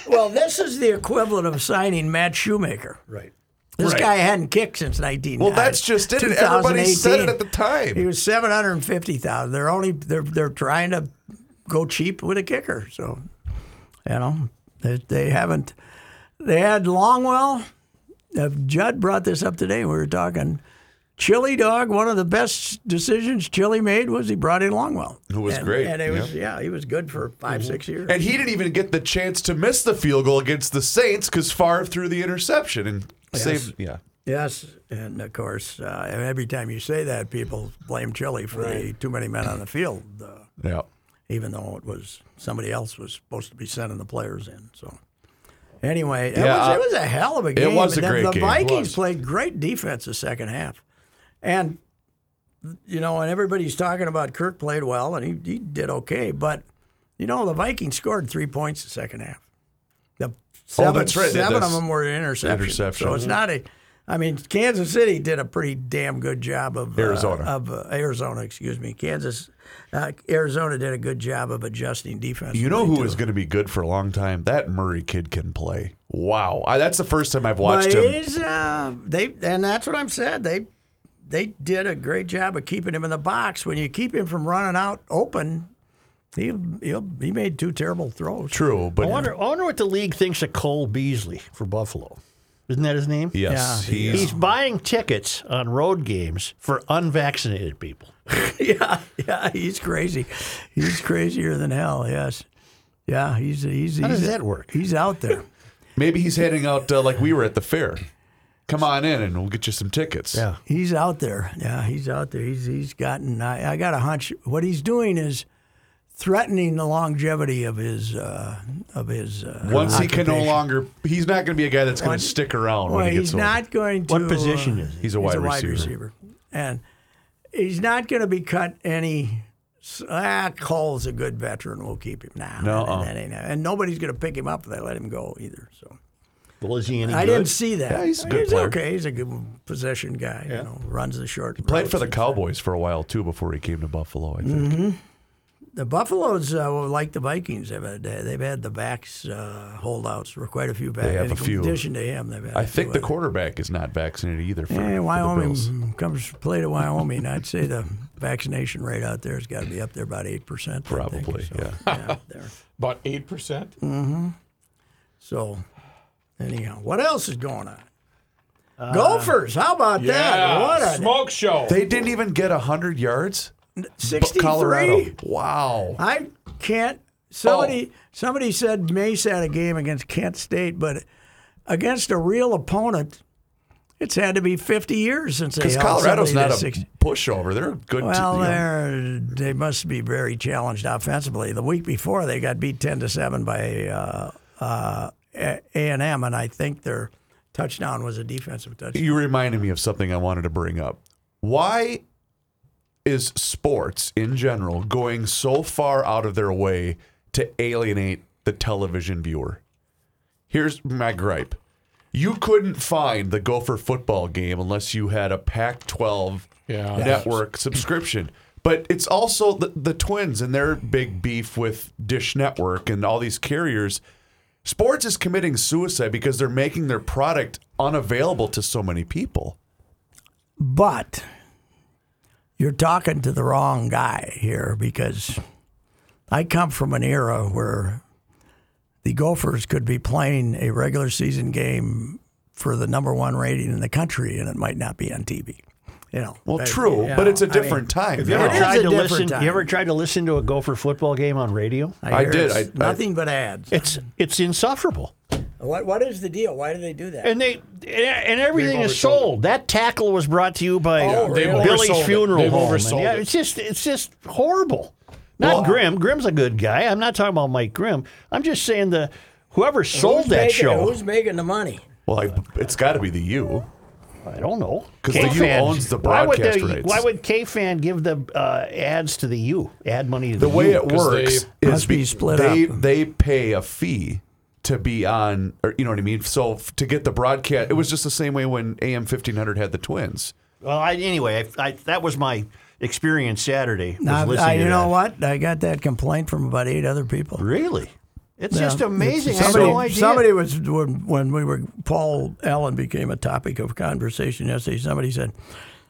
B: well, this is the equivalent of signing Matt Shoemaker.
A: Right.
B: This
C: Right.
B: guy hadn't kicked since uh, 19.
C: Well, that's just it. Everybody said it at the time.
B: He was 750,000. They're only they're they're trying to go cheap with a kicker. So, you know, they, they haven't. They had Longwell. Uh, Judd brought this up today. We were talking. Chili Dog, one of the best decisions Chili made was he brought in Longwell.
C: Who was
B: And-
C: great, Mm-hmm.
B: And it was, yeah, he was good for 5 six years.
C: And he didn't even get the chance to miss the field goal against the Saints because Favre threw the interception and saved. Yeah.
B: Yes, and of course, uh, every time you say that, people blame Chili for the too many men on the field, uh,
C: Yeah.
B: even though it was somebody else was supposed to be sending the players in. So, anyway, it,
C: Yeah,
B: was,
C: uh,
B: it was a hell of a game.
C: was a
B: And the,
C: great
B: the
C: game. It
B: Vikings
C: was.
B: played great defense the second half, and you know, and everybody's talking about Kirk played well, and he, he did okay, but you know, the Vikings scored three points the second half. The seven,
C: Oh, that's right. They-
B: seven of
C: that's-
B: them were interceptions.
C: Interception.
B: So it's not a. I mean, Kansas City did a pretty damn good job of uh,
C: Arizona.
B: of uh, Arizona, excuse me, Kansas. Uh, Arizona did a good job of adjusting defense.
C: You know who is going to be good for a long time? That Murray kid can play. Wow. I, that's the first time I've watched
B: But
C: him.
B: he's, uh, they and that's what I'm saying. They they did a great job of keeping him in the box. When you keep him from running out open, he he'll, he made two terrible throws.
C: True, but
A: I wonder, I wonder what the league thinks of Cole Beasley for Buffalo. Isn't that his name?
C: yes, he's,
A: He's buying tickets on road games for unvaccinated people.
B: yeah, yeah, he's crazy. He's crazier than hell. Yes, yeah, he's he's.
A: How
B: he's,
A: does that work?
B: He's out there.
C: maybe he's heading out uh, like we were at the fair. Come on in, and we'll get you some tickets.
A: Yeah.
B: He's out there. Yeah, he's out there. He's he's gotten. I, I got a hunch. What he's doing is threatening the longevity of his uh, of his. Uh,
C: Once he can no
B: occupation.
C: longer, he's not going to be a guy that's going
B: Well,
C: to stick around
B: Well,
C: when he gets
B: he's
C: older.
B: not going to.
A: What position is he?
C: he's a
B: He's
C: wide
B: a wide
C: receiver.
B: receiver, and he's not going to be cut any So, ah, Cole's a good veteran. We'll keep him now.
C: No, uh.
B: that ain't, and nobody's going to pick him up if they let him go either. So
A: Well, is he any
B: I
A: good?
B: didn't see that.
C: Yeah, he's a good player.
B: okay. He's a good possession guy. You know, runs the short.
C: Played for
B: routes.
C: the Cowboys for a while too before he came to Buffalo. I think.
B: The Buffaloes, uh, well, like the Vikings, have had they've had the backs uh, holdouts or quite a few backs.
C: They have
B: In
C: a few.
B: addition to him, they've had. a
C: I think the
B: few other-
C: quarterback is not vaccinated either. For,
B: Eh,
C: for the Bills.
B: Wyoming comes play to Wyoming. I'd say the vaccination rate out there has got to be up there about eight percent.
C: Probably, yeah.
B: there.
D: About eight percent.
B: So, anyhow, what else is going on? Gophers, how about that? What a
D: smoke show.
C: They didn't even get hundred yards. But
B: 63?
C: Colorado. Wow.
B: I can't. Somebody
C: Oh.
B: somebody said Mace had a game against Kent State, but against a real opponent, it's had to be 50 years since they
C: Because
B: held
C: Colorado's
B: somebody
C: not
B: to
C: a
B: 60.
C: pushover. They're a good.
B: Well,
C: team. you know.
B: they're, they must be very challenged offensively. The week before, they got beat 10 to seven by uh, uh, A and M, and I think their touchdown was a defensive touchdown.
C: You reminded me of something I wanted to bring up. Why is sports in general going so far out of their way to alienate the television viewer? Here's my gripe. You couldn't find the Gopher football game unless you had a Pac 12
D: Yeah.
C: network subscription. But it's also the, the Twins and their big beef with Dish Network and all these carriers. Sports is committing suicide because they're making their product unavailable to so many people.
B: But you're talking to the wrong guy here because I come from an era where the Gophers could be playing a regular season game for the number one rating in the country, and it might not be on TV. You know,
C: Well,
B: but-
C: true,
B: yeah,
C: but it's a
B: I mean,
C: different time.
A: Have you ever
B: It is
C: now.
A: tried
B: a
A: to
B: different
A: listen?
B: time.
A: You ever tried to listen to a Gopher football game on radio?
C: I
B: hear
C: did.
B: it's
C: I- I-
B: nothing but ads.
A: It's it's insufferable,
B: What What is the deal? Why do they do that?
A: and they and everything is sold. That tackle was brought to you by
D: Oh, they've oversold
A: Billy's
D: it.
A: funeral
D: They've
A: home.
D: oversold
A: And yeah,
D: it.
A: it's just it's just horrible. Not Grimm. Grimm's a good guy. I'm not talking about Mike Grimm. I'm just saying the whoever sold that show.
B: Who's making the money?
C: Well, I, it's got to be the U.
A: I don't know.
C: 'Cause the
A: K-Fan-
C: U owns the
A: why
C: broadcast
A: would
C: rights.
A: Why would K-Fan give the uh, ads to the U? Add money to the,
C: The way
A: U?
C: it works
D: they-
C: is
B: Must be
C: be-
B: split
C: they
B: up.
C: they pay a fee to be on, or you know what I mean. So f- to get the broadcast, it was just the same way when AM fifteen hundred had the twins.
A: Well, I, anyway, I, I, that was my experience Saturday. was
B: Now,
A: listening
B: I,
A: to
B: you know
A: that.
B: what? I got that complaint from about eight other people.
A: Really? It's
B: Yeah.
A: just amazing.
B: It's-
A: I
B: Somebody,
A: had no idea.
B: somebody was when, when we were Paul Allen became a topic of conversation yesterday. Somebody said,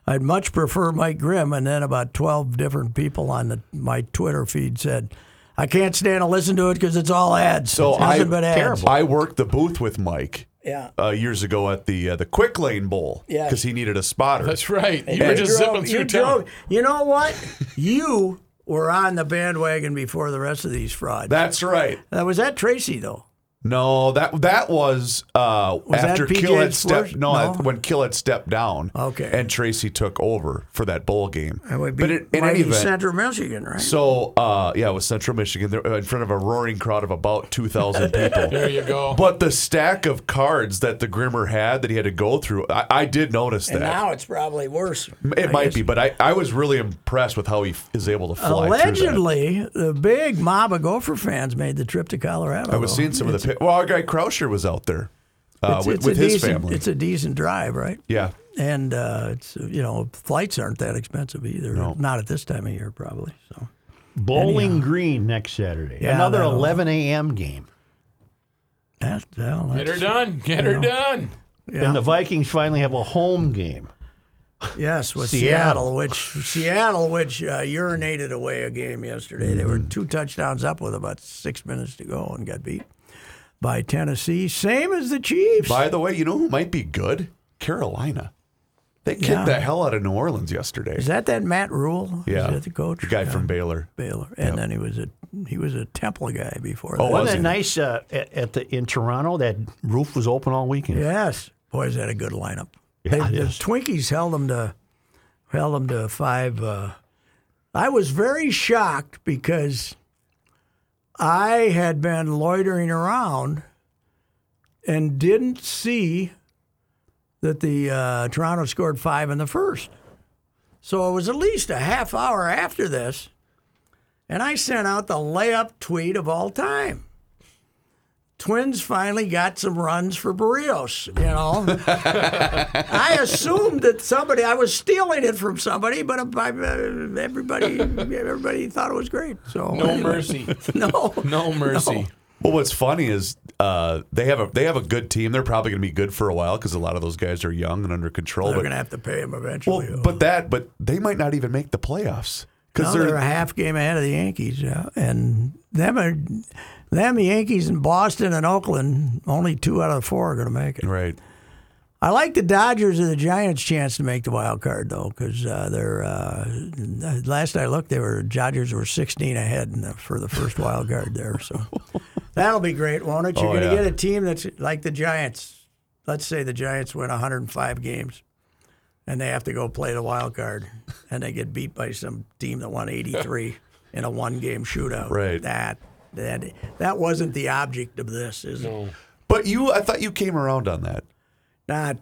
B: "I'd much prefer Mike Grimm," and then about twelve different people on the, my Twitter feed said, "I can't stand to listen to it because it's all ads.
C: So
B: it's nothing
C: I
B: but ads."
C: I worked the booth with Mike
B: Yeah.
C: uh, years ago at the uh, the Quick Lane Bowl
B: Yeah.
C: because he needed a spotter.
D: That's right. You were just
B: drove-
D: zipping through
B: you
D: town.
B: drove- You know what? you were on the bandwagon before the rest of these frauds.
C: That's right.
B: Now, was that Tracy though?
C: No, that that was, uh,
B: that
C: after
B: PJ
C: Kill had
B: Flores?
C: stepped. No,
B: No?
C: that- when Kill had stepped down.
B: Okay.
C: and Tracy took over for that bowl game.
B: I would
C: but
B: be
C: in, in any event,
B: Central Michigan, right?
C: so uh, yeah, it was Central Michigan there, in front of a roaring crowd of about two thousand people.
D: There you go.
C: But the stack of cards that the Grimmer had that he had to go through, I, I did notice
B: and
C: that.
B: now it's probably worse.
C: It
B: I
C: might
B: guess.
C: be, but I, I was really impressed with how he f- is able to fly through that.
B: Allegedly, the big mob of Gopher fans made the trip to Colorado.
C: I was seeing some of the pic- well, our guy Krauscher was out there uh, with, with
B: a
C: his
B: decent,
C: family.
B: It's a decent drive, right?
C: yeah,
B: And uh, it's you know flights aren't that expensive either. Not at this time of year, probably. So
A: Bowling Green next Saturday.
B: Yeah,
A: Another
B: that'll-
A: 11 a.m. game.
B: that's, well,
D: Get her
B: that's
D: done. Get her done.
B: Yeah.
A: And the Vikings finally have a home game.
B: yes with
A: Seattle.
B: Seattle, which Seattle, which uh, urinated away a game yesterday. They
C: Mm-hmm.
B: were two touchdowns up with about six minutes to go and got beat by Tennessee. Same as the Chiefs.
C: By the way, you know who might be good? Carolina. They kicked
B: Yeah.
C: the hell out of New Orleans yesterday.
B: Is that that Matt Rule?
C: yeah,
B: Is that the coach?
C: guy from
B: Yeah.
C: Baylor.
B: Baylor, and then he was a he was a Temple guy before.
C: Oh,
B: that.
C: was
A: Wasn't that
C: he?
A: nice uh, at, at the in Toronto? That roof was open all weekend.
B: yes, boy, is that a good lineup?
A: Yeah,
B: They-
A: it
B: the
A: is.
B: Twinkies held them to held them to five. Uh, I was very shocked because I had been loitering around and didn't see that the uh, Toronto scored five in the first. So it was at least a half hour after this And I sent out the layup tweet of all time. Twins finally got some runs for Barrios, you know. I assumed that somebody, I was stealing it from somebody, but I, I- everybody everybody thought it was great. So
D: No mercy.
B: No.
D: No mercy.
C: Well, what's funny is uh, they have a they have a good team. They're probably going to be good for a while because a lot of those guys are young and under control.
B: They're
C: but
B: going to have to pay him
C: well,
B: eventually.
C: but that but they might not even make the playoffs
B: No,
C: because
B: they're,
C: they're
B: a half game ahead of the Yankees, yeah. and them are them the Yankees and Boston and Oakland. Only two out of the four are going to make it.
C: right.
B: I like the Dodgers or the Giants' chance to make the wild card though, because uh, they're uh, last I looked, they were Dodgers were sixteen ahead in the, for the first wild card there. So that'll be great, won't it? You're
C: Oh,
B: going to
C: yeah.
B: get a team that's like the Giants. Let's say the Giants win 105 games. And they have to go play the wild card, and they get beat by some team that won 83 in a one-game shootout.
C: Right.
B: That that that wasn't the object of this, is it?
C: But you, I thought you came around on that.
B: Not.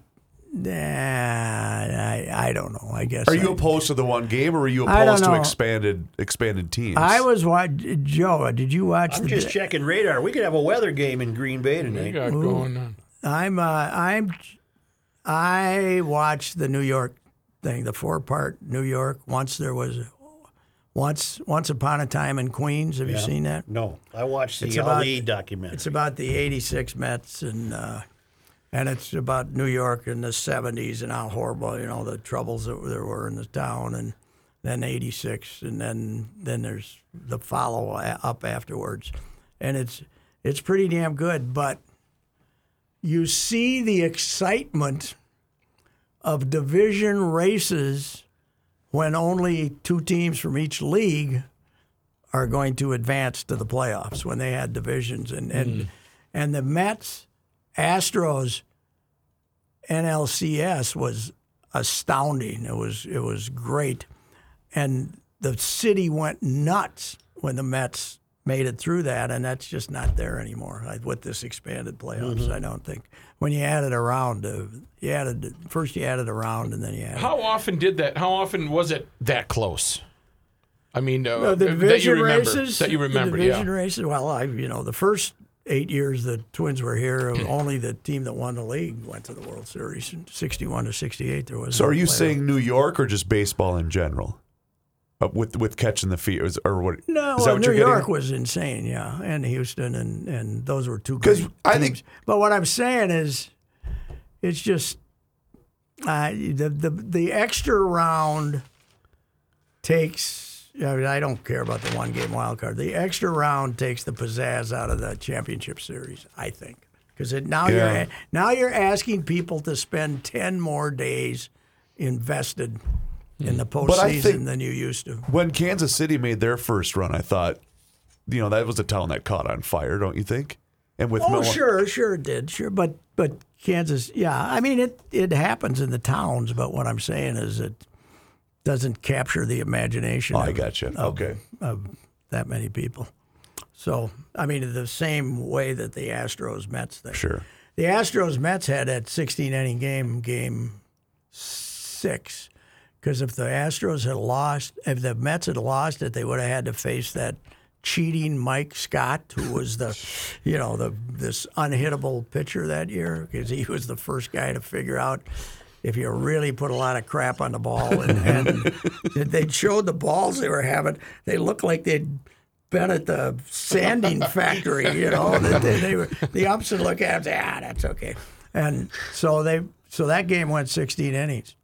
B: Nah, I, I don't know. I guess.
C: Are you
B: I,
C: opposed to the one game, or are you
B: I don't
C: opposed to
B: know.
C: expanded expanded teams?
B: I was watching. Joe, did you watch
A: I'm
B: the?
A: just checking radar. We could have a weather game in Green Bay
D: What you
A: tonight.
D: got going on?
B: I'm. Uh, I'm. I watched the New York thing, the four-part New York. Once there was, once once upon a time in Queens. Have you seen that?
A: No, I watched the
B: It's about-
A: Ali documentary.
B: It's about the '86 Mets and. Uh, and it's about New York in the '70s and how horrible, you know, the troubles that there were in the town, and then '86, and then then there's the follow up afterwards, and it's it's pretty damn good. But you see the excitement of division races when only two teams from each league are going to advance to the playoffs when they had divisions and and, and the Mets Astros NLCS was astounding. It was it was great, and the city went nuts when the Mets made it through that, and that's just not there anymore like, with this expanded playoffs. I don't think when you added a round, uh, you added first you added a round, and then you added.
D: How often did that? How often was it that close? I mean, uh,
B: No, the
D: that you
B: division
D: remember,
B: races.
D: that you
B: the
D: remember,
B: division
D: yeah.
B: races. Well, I you know the first eight years the Twins were here, only the team that won the league went to the World Series. Sixty-one to sixty-eight, there was.
C: so
B: no
C: are you
B: playoff.
C: saying New York or just baseball in general? Uh, with with catching the feet is- or what?
B: No,
C: is that
B: well,
C: what
B: New
C: you're getting
B: York
C: at?
B: was insane, yeah, and Houston, and and those were two
C: 'Cause
B: great
C: I
B: teams.
C: think-
B: but what I'm saying is, it's just uh, the the the extra round takes. I, mean, I don't care about the one game wild card. The extra round takes the pizzazz out of the championship series, I think, because now
C: Yeah.
B: you're now you're asking people to spend ten more days invested in the
C: I
B: postseason
C: think-
B: than you used to.
C: when Kansas City made their first run, I thought, you know, that was a town that caught on fire, don't you think? And with
B: Oh,
C: Milwa-
B: sure, sure it did, sure. But but Kansas, yeah. I mean, it it happens in the towns, but what I'm saying is it doesn't capture the imagination.
C: Oh, I
B: of-
C: gotcha.
B: of-
C: Okay.
B: of that many people. So I mean, the same way that the Astros Mets thing.
C: sure.
B: The Astros Mets had that 16 inning game, game six. Because if the Astros had lost, if the Mets had lost it, they would have had to face that cheating Mike Scott, who was the, you know, the this unhittable pitcher that year, because he was the first guy to figure out if you really put a lot of crap on the ball. And, and they showed the balls they were having. They looked like they'd been at the sanding factory, you know. They, they, they were the umps would look at it and say, ah, that's okay. And so they so that game went 16 innings.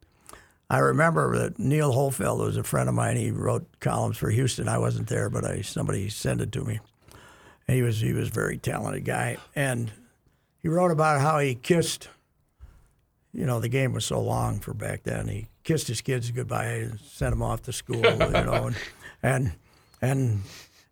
B: I remember that Neil Holfeld was a friend of mine. He wrote columns for Houston. I wasn't there, but I somebody sent it to me. And he was he was a very talented guy, and he wrote about how he kissed. You know, the game was so long for back then. He kissed his kids goodbye and sent them off to school. you know, and and and,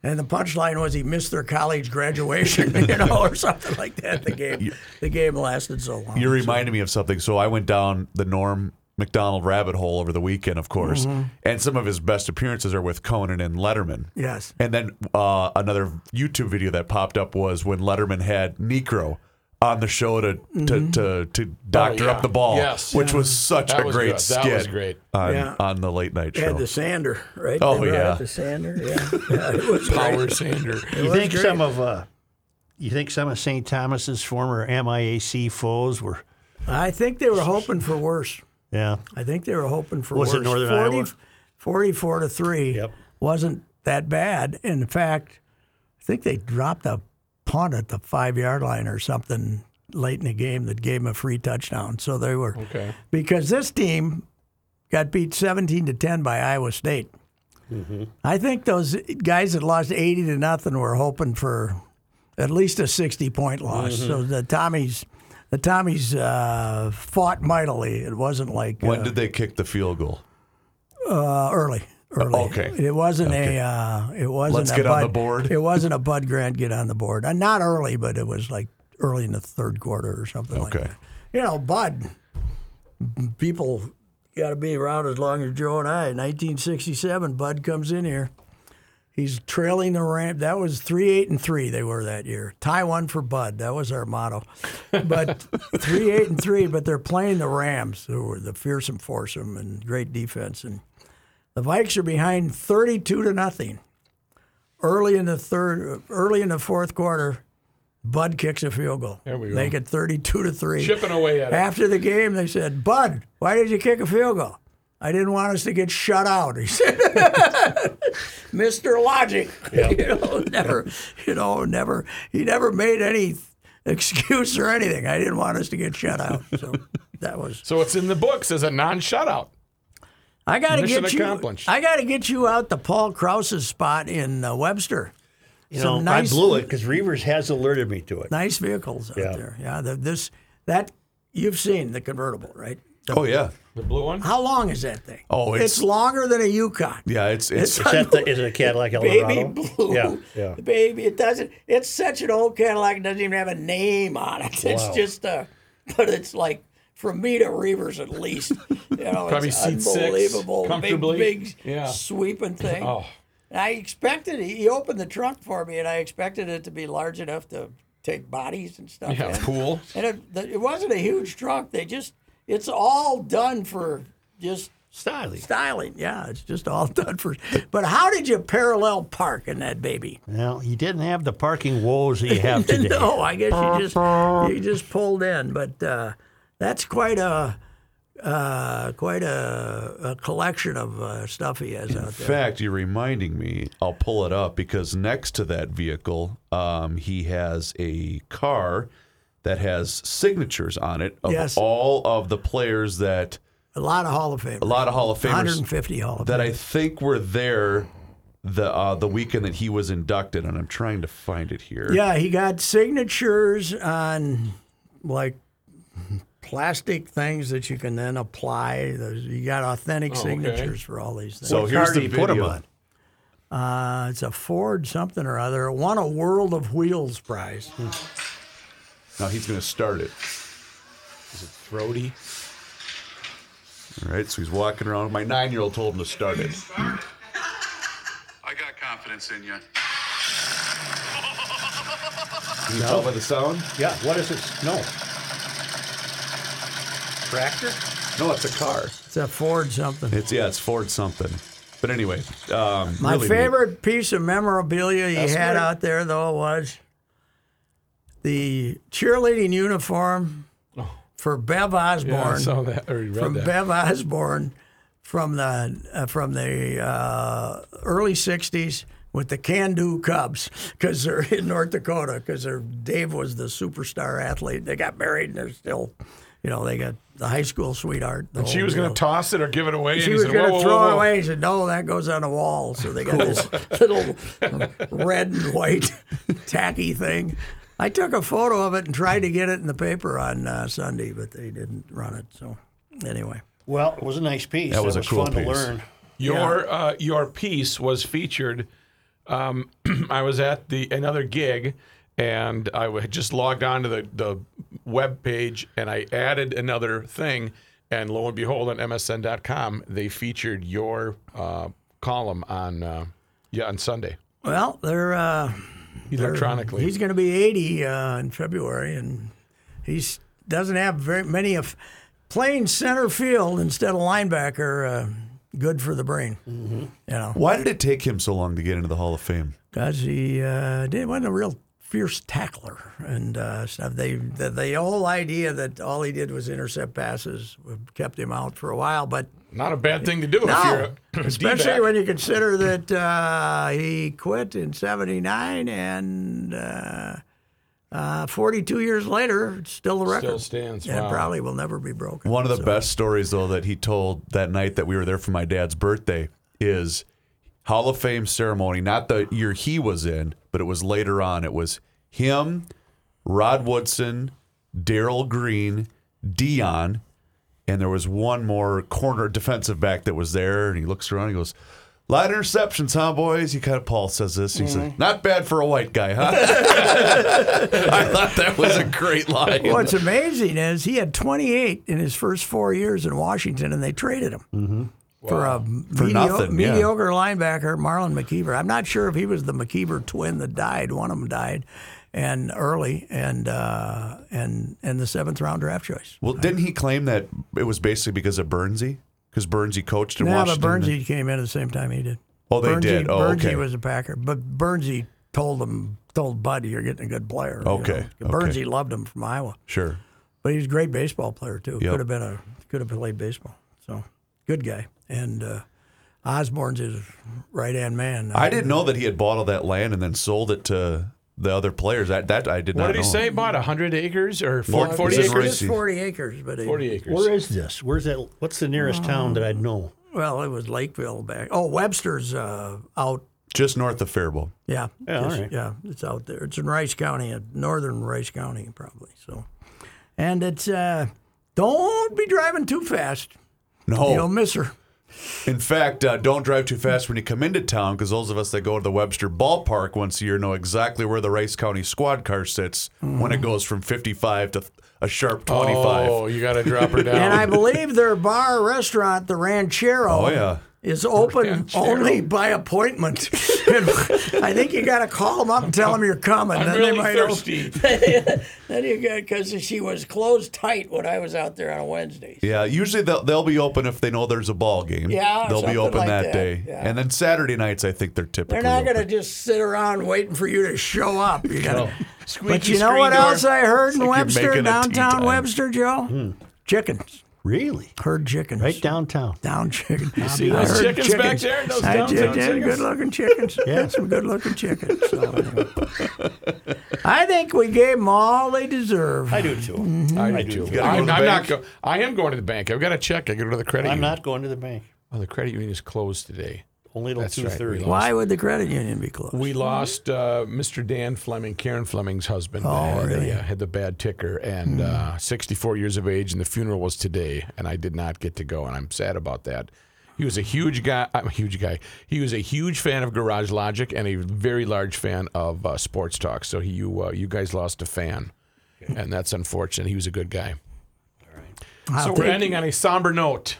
B: and the punchline was he missed their college graduation, you know, or something like that. The game the game lasted so long.
C: You reminded me of something. So I went down the Norm McDonald rabbit hole over the weekend, of course,
B: Mm-hmm.
C: and some of his best appearances are with Conan and Letterman.
B: yes.
C: And then uh, another YouTube video that popped up was when Letterman had Necro on the show to
B: Mm-hmm.
C: to, to, to doctor
D: Oh, yeah.
C: up the ball,
D: Yes.
C: which was such
D: That
C: a
D: was
C: great
D: good.
C: skit
D: That was great.
C: on,
B: Yeah.
C: on the late night
B: They
C: show.
B: had the sander, right?
C: Oh,
B: They brought
C: yeah.
B: out the sander, yeah. yeah it was
D: Power
B: great.
D: sander.
B: It
A: You
B: was
A: think
B: great.
A: some of uh, you think some of St. Thomas's former MIAC foes were
B: I think they were hoping for worse.
A: yeah
B: I think they were hoping for
A: Was
B: worse.
A: it Northern Iowa?
B: 44 to 3
A: Yep.
B: wasn't that bad. In fact, I think they dropped a punt at the five yard line or something late in the game that gave them a free touchdown. So they were
D: Okay.
B: because this team got beat 17 to 10 by Iowa State.
A: Mm-hmm.
B: I think those guys that lost 80 to nothing were hoping for at least a 60 point loss.
A: Mm-hmm.
B: So the Tommies the Tommies uh, fought mightily. It wasn't like
C: when
B: uh,
C: did they kick the field goal?
B: uh, early. Early.
C: okay.
B: It wasn't a. Uh, it wasn't.
C: Let's
B: a
C: get
B: Bud,
C: on the board.
B: It wasn't a Bud Grant get on the board. Uh, not early, but it was like early in the third quarter or something like
C: Okay.
B: that. You know, Bud. People got to be around as long as Joe and I. 1967, Bud comes in here. He's trailing the ramp. That was three eight and three they were that year. Tie one for Bud. That was our motto. But three eight and three. But they're playing the Rams, who were the fearsome foursome and great defense. And the Vikes are behind thirty two to nothing. Early in the third, early in the fourth quarter, Bud kicks a field goal.
D: There we go.
B: Make it thirty two to three.
D: Chipping away at it.
B: After the game, they said, "Bud, why did you kick a field goal?" I didn't want us to get shut out. He said. Mr. Logic. You know, never, you know, never, he never made any excuse or anything. I didn't want us to get shut out. So that was,
D: So it's in the books as a non-shutout.
B: I got to
D: Mission
B: get you,
D: accomplished.
B: I got to get you out to Paul Krause's spot in uh, Webster.
A: you
B: Some
A: know
B: nice-
A: I blew it because Reavers has alerted me to it.
B: Nice vehicles out
A: Yeah.
B: there. Yeah. The, this, that, you've seen the convertible, right?
C: Oh yeah,
D: The blue one.
B: How long is that thing?
C: Oh, it's-
B: longer than a Yukon.
C: yeah. It's
B: It's
C: it's,
A: Is that the, is it a Cadillac Eldorado?
B: baby blue.
A: Yeah, yeah.
B: Baby, it doesn't. It's such an old Cadillac. It doesn't even have a name on it. It's
A: Wow.
B: just a. But it's like from me to Reavers at least. You know,
D: Probably
B: it's
D: seat six,
B: unbelievable.
D: comfortably.
B: Big, big
D: Yeah.
B: sweeping thing.
D: Oh.
B: And I expected he he opened the trunk for me, and I expected it to be large enough to take bodies and stuff.
D: Yeah,
B: in.
D: pool.
B: And it, the- it wasn't a huge trunk. They just. It's all done for just
A: Styling.
B: styling. Yeah, it's just all done for. But how did you parallel park in that baby?
A: Well, you didn't have the parking woes that you have today.
B: no, I guess you just you just pulled in. But uh, that's quite a uh, quite a, a collection of uh, stuff he has out
C: In
B: there.
C: fact, you're reminding me. I'll pull it up because next to that vehicle, um, he has a car that has signatures on it of
B: Yes.
C: all of the players that
B: A lot of Hall of Fame.
C: a lot of Hall of Famers
B: 150 Hall of
C: that
B: Fame.
C: I think were there the uh, the weekend that he was inducted, and I'm trying to find it here.
B: Yeah, he got signatures on like plastic things that you can then apply. There's- You got authentic signatures for all these things.
C: Oh, So
A: What
C: here's
A: car
C: the
A: did he put 'em
C: video.
A: on?
B: Uh, it's a Ford something or other. It won a World of Wheels prize.
D: Hmm.
C: Now he's going to start it.
D: Is it throaty?
C: All right, so he's walking around. My nine year old told him to start it.
F: I got confidence in you.
C: Can you tell by the sound?
A: Yeah. What is this? No. Tractor.
C: No, it's a car.
B: It's a Ford something.
C: It's yeah, it's Ford something. But anyway, um,
B: My
C: really neat.
B: favorite piece of memorabilia you had
D: right.
B: out there, though, was the cheerleading uniform for Bev Osborne
D: Oh. Yeah, I saw that or you read
B: from
D: that.
B: Bev Osborne from the uh, from the uh, early '60s with the Can-Do Cubs because they're in North Dakota because their Dave was the superstar athlete. They got married and they're still, you know, they got the high school sweetheart. the
D: She
B: whole
D: was going
B: deal.
D: to toss it or give it away.
B: Oh, She
D: and he
B: was
D: said,
B: going
D: "Whoa,
B: to
D: whoa,
B: throw
D: whoa,
B: it
D: whoa."
B: away. He said, "No, that goes on a wall." So they got this little red and white tacky thing. I took a photo of it and tried to get it in the paper on uh, Sunday, but they didn't run it. So anyway,
A: Well, it was a nice piece.
C: That was a cool
A: fun
C: piece.
A: to learn.
D: Your uh, your piece was featured. Um, I was at the another gig, and I had just logged on to the the web page, and I added another thing, and lo and behold, on MSN.com, they featured your uh, column on uh, yeah on Sunday
B: well, they're uh,
D: electronically.
B: he's going to be 80 uh, in February, and He doesn't have very many of playing center field instead of linebacker. Uh, good for the brain. You know,
C: Why did it take him so long to get into the Hall of Fame?
B: because he uh, did wasn't a real fierce tackler and uh, stuff. They the, the whole idea that all he did was intercept passes kept him out for a while, but
D: Not a bad thing to do if you're
B: no,
D: a
B: especially
D: D-back.
B: when you consider that uh, he quit in '79 and uh, uh, 42 years later, it's still the record
D: Still stands,
B: and
D: wow.
B: probably will never be broken.
C: One of the
B: So-
C: best stories, though, that he told that night that we were there for my dad's birthday is Hall of Fame ceremony, not the year he was in, but it was later on. It was him, Rod Woodson, Daryl Green, Dion, and there was one more corner defensive back that was there. And he looks around and he goes, Lot of interceptions, huh, boys? He kind of Paul says this. He says, "Not bad for a white guy, huh?" I thought that was a great line.
B: What's amazing is he had 28 in his first four years in Washington, and they traded him for a medio-
C: nothing, yeah.
B: mediocre linebacker, Marlon McKeever. I'm not sure if he was the McKeever twin that died. One of them died, and early, and uh, and and the seventh round draft choice.
C: Well, didn't he claim that it was basically because of Bernsey? Because Bernsey coached in
B: Yeah, but
C: Washington.
B: Bernsey came in at the same time he did.
C: Oh, they
B: Bernsey,
C: did. Oh,
B: Bernsey
C: okay.
B: was a Packer, but Bernsey told him, told Buddy, "You're getting a good player." you
C: Okay,
B: know.
C: okay.
B: Bernsey loved him from Iowa.
C: Sure.
B: But he was a great baseball player too.
C: Yep.
B: Could have been a could have played baseball. So good guy. And uh, Osborne's his right hand man.
C: I didn't know that he had bought all that land and then sold it to the other players. That that I did not
D: What did
C: know.
D: he say? Bought 100 acres or
C: Well,
D: four-
C: this is
D: 40 acres?
C: where
B: Just
C: Gracie.
B: forty acres, but he,
D: 40 acres.
A: Where is this? Where's that? What's the nearest town that I'd know?
B: well, it was Lakeville back. Oh, Webster's uh, out.
C: Just north of Faribault.
B: Yeah,
A: Yeah, all
B: just-
A: right.
B: yeah, it's out there. It's in Rice County, uh, northern Rice County, probably. So, and it's uh, don't be driving too fast. You'll
C: No.
B: miss her.
C: In fact, uh, don't drive too fast when you come into town because those of us that go to the Webster Ballpark once a year know exactly where the Rice County squad car sits when it goes from 55 to a sharp 25.
D: Mm. Oh, you got to drop her down.
B: And I believe their bar restaurant, the Ranchero,
C: Oh, yeah.
B: is open
D: Ranchero.
B: only by appointment. And I think you got to call them up and tell them you're coming.
D: I'm
B: then
D: really
B: they might
D: thirsty.
B: Open. then you got because she was closed tight when I was out there on a Wednesday.
C: Yeah, usually they'll, they'll be open if they know there's a ball game.
B: Yeah, or
C: they'll be
B: something
C: open
B: like
C: that,
B: that,
C: day,
B: yeah.
C: and then Saturday nights I think they're typically.
B: They're not going to
C: open.
B: just sit around waiting for you to show up. You gotta, but
D: Squeaky
B: you know
D: screen
B: what
D: door.
B: else I heard in
C: like you're
B: Webster,
C: making a tea
B: downtown
C: time.
B: Webster, Joe? Chickens.
A: Really?
B: Heard chickens.
A: Right downtown.
B: down chicken. You
D: see those chickens back there? Those
B: I
D: downtown
B: did,
D: chickens?
B: good looking chickens.
A: Yeah.
B: Had some good looking chickens. So, anyway. I think we gave them all they deserve.
A: Mm-hmm. I do too.
D: I do.
C: gotta go to
D: I'm,
C: the
D: I'm not.
C: bank.
D: Go, I am going to the bank. I've got a check. I go to the credit.
A: I'm
D: union.
A: not going to the bank.
D: Oh, the credit union is closed today.
A: Only till
D: That's
A: two
D: right,
A: thirty.
D: we
B: Why would the credit union be closed?
D: We lost uh, Mr. Dan Fleming, Karen Fleming's husband.
B: Oh,
D: Uh, they,
B: really? Hmm.
D: uh, had the bad ticker, and uh, 64 years of age, and the funeral was today, and I did not get to go, and I'm sad about that. He was a huge guy. I'm a huge guy. He was a huge fan of Garage Logic and a very large fan of uh, Sports Talk. So he, you uh, you guys lost a fan, and that's unfortunate. He was a good guy.
B: I'll
D: so we're
B: take-
D: ending on a somber note.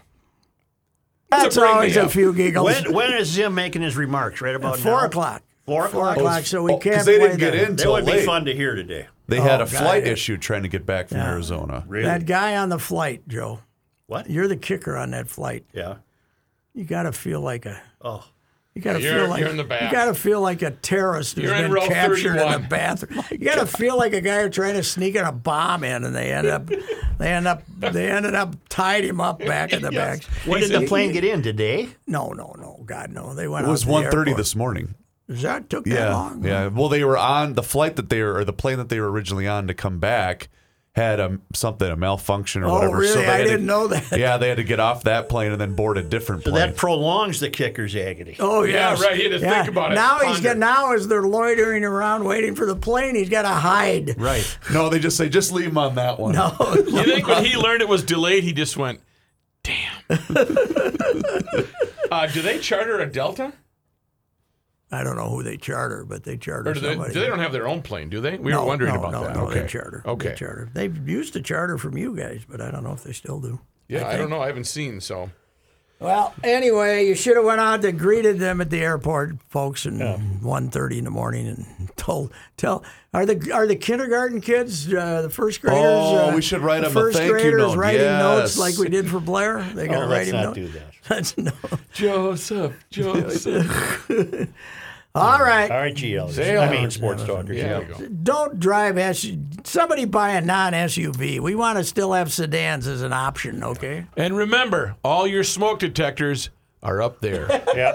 B: That's
D: to bring
B: always
D: me
B: a
D: up.
B: few giggles.
A: When, when is Jim making his remarks? Right about
B: Four
A: now?
B: o'clock.
A: Four o'clock?
B: so we
C: Oh, 'cause
B: can't
C: they
B: play
C: didn't get
B: that.
C: in.
A: That would
C: Till
A: be
C: late.
A: fun to hear today.
C: They had
B: Oh,
C: a flight
B: God.
C: issue trying to get back from Arizona.
B: That guy on the flight, Joe.
A: What?
B: You're the kicker on that flight.
A: Yeah.
B: You got to feel like a
A: Oh.
B: You gotta
D: You're-
B: feel like
D: you're in the back.
B: you gotta feel like a terrorist who's
D: You're in
B: been
D: row
B: captured in a
D: 31.
B: bathroom. You gotta feel like a guy who's trying to sneak in a bomb in, and they end up, they end up, they ended up tied him up back in the back.
A: When did the plane get in today?
B: No, no, no, God, no. They went.
C: It was
B: out to the
C: 1.30
B: airport.
C: this morning.
B: Is that took that
C: Yeah,
B: long?
C: yeah. Well, they were on the flight that they were, or the plane that they were originally on to come back had a something a malfunction or
B: Oh,
C: whatever.
B: really?
C: they
B: I
C: had
B: didn't
C: to,
B: know that.
C: Yeah, they had to get off that plane and then board a different
A: So
C: plane.
A: that prolongs the kicker's agony.
B: Oh
D: Yeah,
B: yes.
D: right, you had to think about it,
B: Now he's
D: ponder.
B: got. Now as they're loitering around waiting for the plane, he's got to hide.
C: right. No, they just say just leave them on that one.
B: No,
D: You think when he learned it was delayed, he just went, "Damn." uh, do they charter a Delta,
B: I don't know who they charter, but they charter
D: or do they,
B: somebody.
D: do they don't have their own plane? Do they? We were wondering
B: no,
D: about
B: no,
D: that.
B: No,
D: okay.
B: they charter.
D: Okay.
B: They charter. They've used the charter from you guys, but I don't know if they still do.
D: Yeah, I, don't know. I haven't seen. So
B: Well, anyway, you should have went out and greeted them at the airport, folks, and 1.30 in the morning and told tell are the are the kindergarten kids uh, the first graders?
C: Oh,
B: uh,
C: we should write
B: the
C: them a
B: first
C: thank you
B: graders
C: note.
B: writing
C: Yes.
B: notes like we did for Blair. They gotta
A: Oh,
B: write
A: let's
B: him
A: not
B: note.
A: do that.
B: That's no.
D: Joseph, Joseph.
B: All right.
A: All right, GL. I
D: Sailors.
A: mean, sports talkers.
D: yeah, there you go.
B: don't drive S. Somebody buy a non SUV. We want to still have sedans as an option, okay?
D: And remember, all your smoke detectors are up there.
A: Yeah.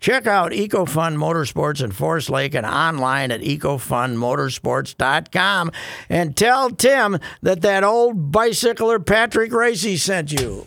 B: Check out EcoFun Motorsports in Forest Lake and online at EcoFunMotorsports.com and tell Tim that that old bicycler Patrick Racy sent you.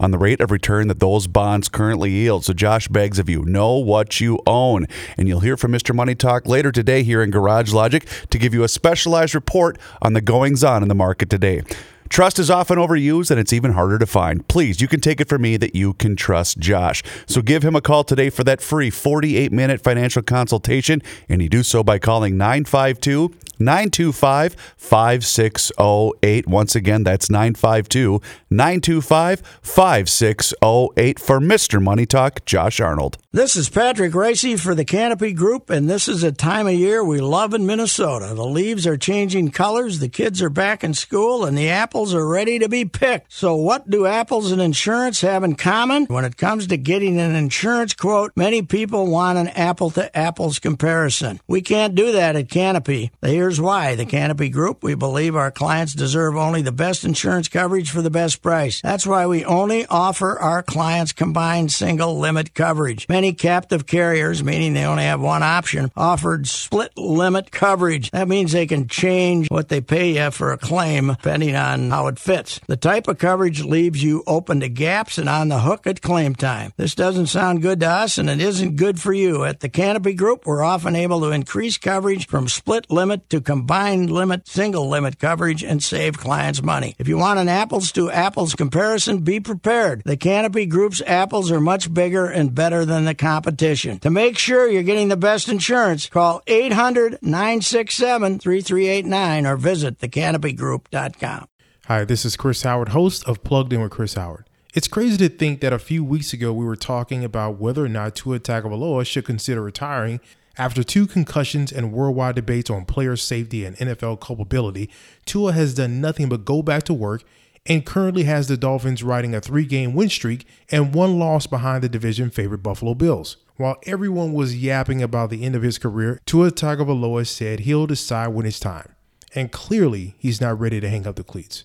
C: on the rate of return that those bonds currently yield. So Josh begs of you, know what you own. And you'll hear from Mr. Money Talk later today here in Garage Logic to give you a specialized report on the goings on in the market today. Trust is often overused and it's even harder to find. Please, you can take it from me that you can trust Josh. So give him a call today for that free 48 minute financial consultation, and you do so by calling 952 925 5608. Once again, that's 952 925 5608 for Mr. Money Talk, Josh Arnold.
B: This is Patrick Racy for the Canopy Group, and this is a time of year we love in Minnesota. The leaves are changing colors, the kids are back in school, and the apples are ready to be picked. So, what do apples and insurance have in common? When it comes to getting an insurance quote, many people want an apple to apples comparison. We can't do that at Canopy. Here's why. The Canopy Group, we believe our clients deserve only the best insurance coverage for the best price. That's why we only offer our clients combined single limit coverage. Many captive carriers, meaning they only have one option, offered split limit coverage. That means they can change what they pay you for a claim depending on how it fits. The type of coverage leaves you open to gaps and on the hook at claim time. This doesn't sound good to us and it isn't good for you. At the Canopy Group, we're often able to increase coverage from split limit to combined limit, single limit coverage and save clients money. If you want an apples to apples comparison, be prepared. The Canopy Group's apples are much bigger and better than the competition. To make sure you're getting the best insurance, call 800 967 3389 or visit thecanopygroup.com.
G: Hi, this is Chris Howard, host of Plugged In with Chris Howard. It's crazy to think that a few weeks ago we were talking about whether or not Tua Tagovailoa should consider retiring after two concussions and worldwide debates on player safety and NFL culpability. Tua has done nothing but go back to work and currently has the Dolphins riding a three game win streak and one loss behind the division favorite Buffalo Bills. While everyone was yapping about the end of his career, Tua Tagovailoa said he'll decide when it's time. And clearly, he's not ready to hang up the cleats.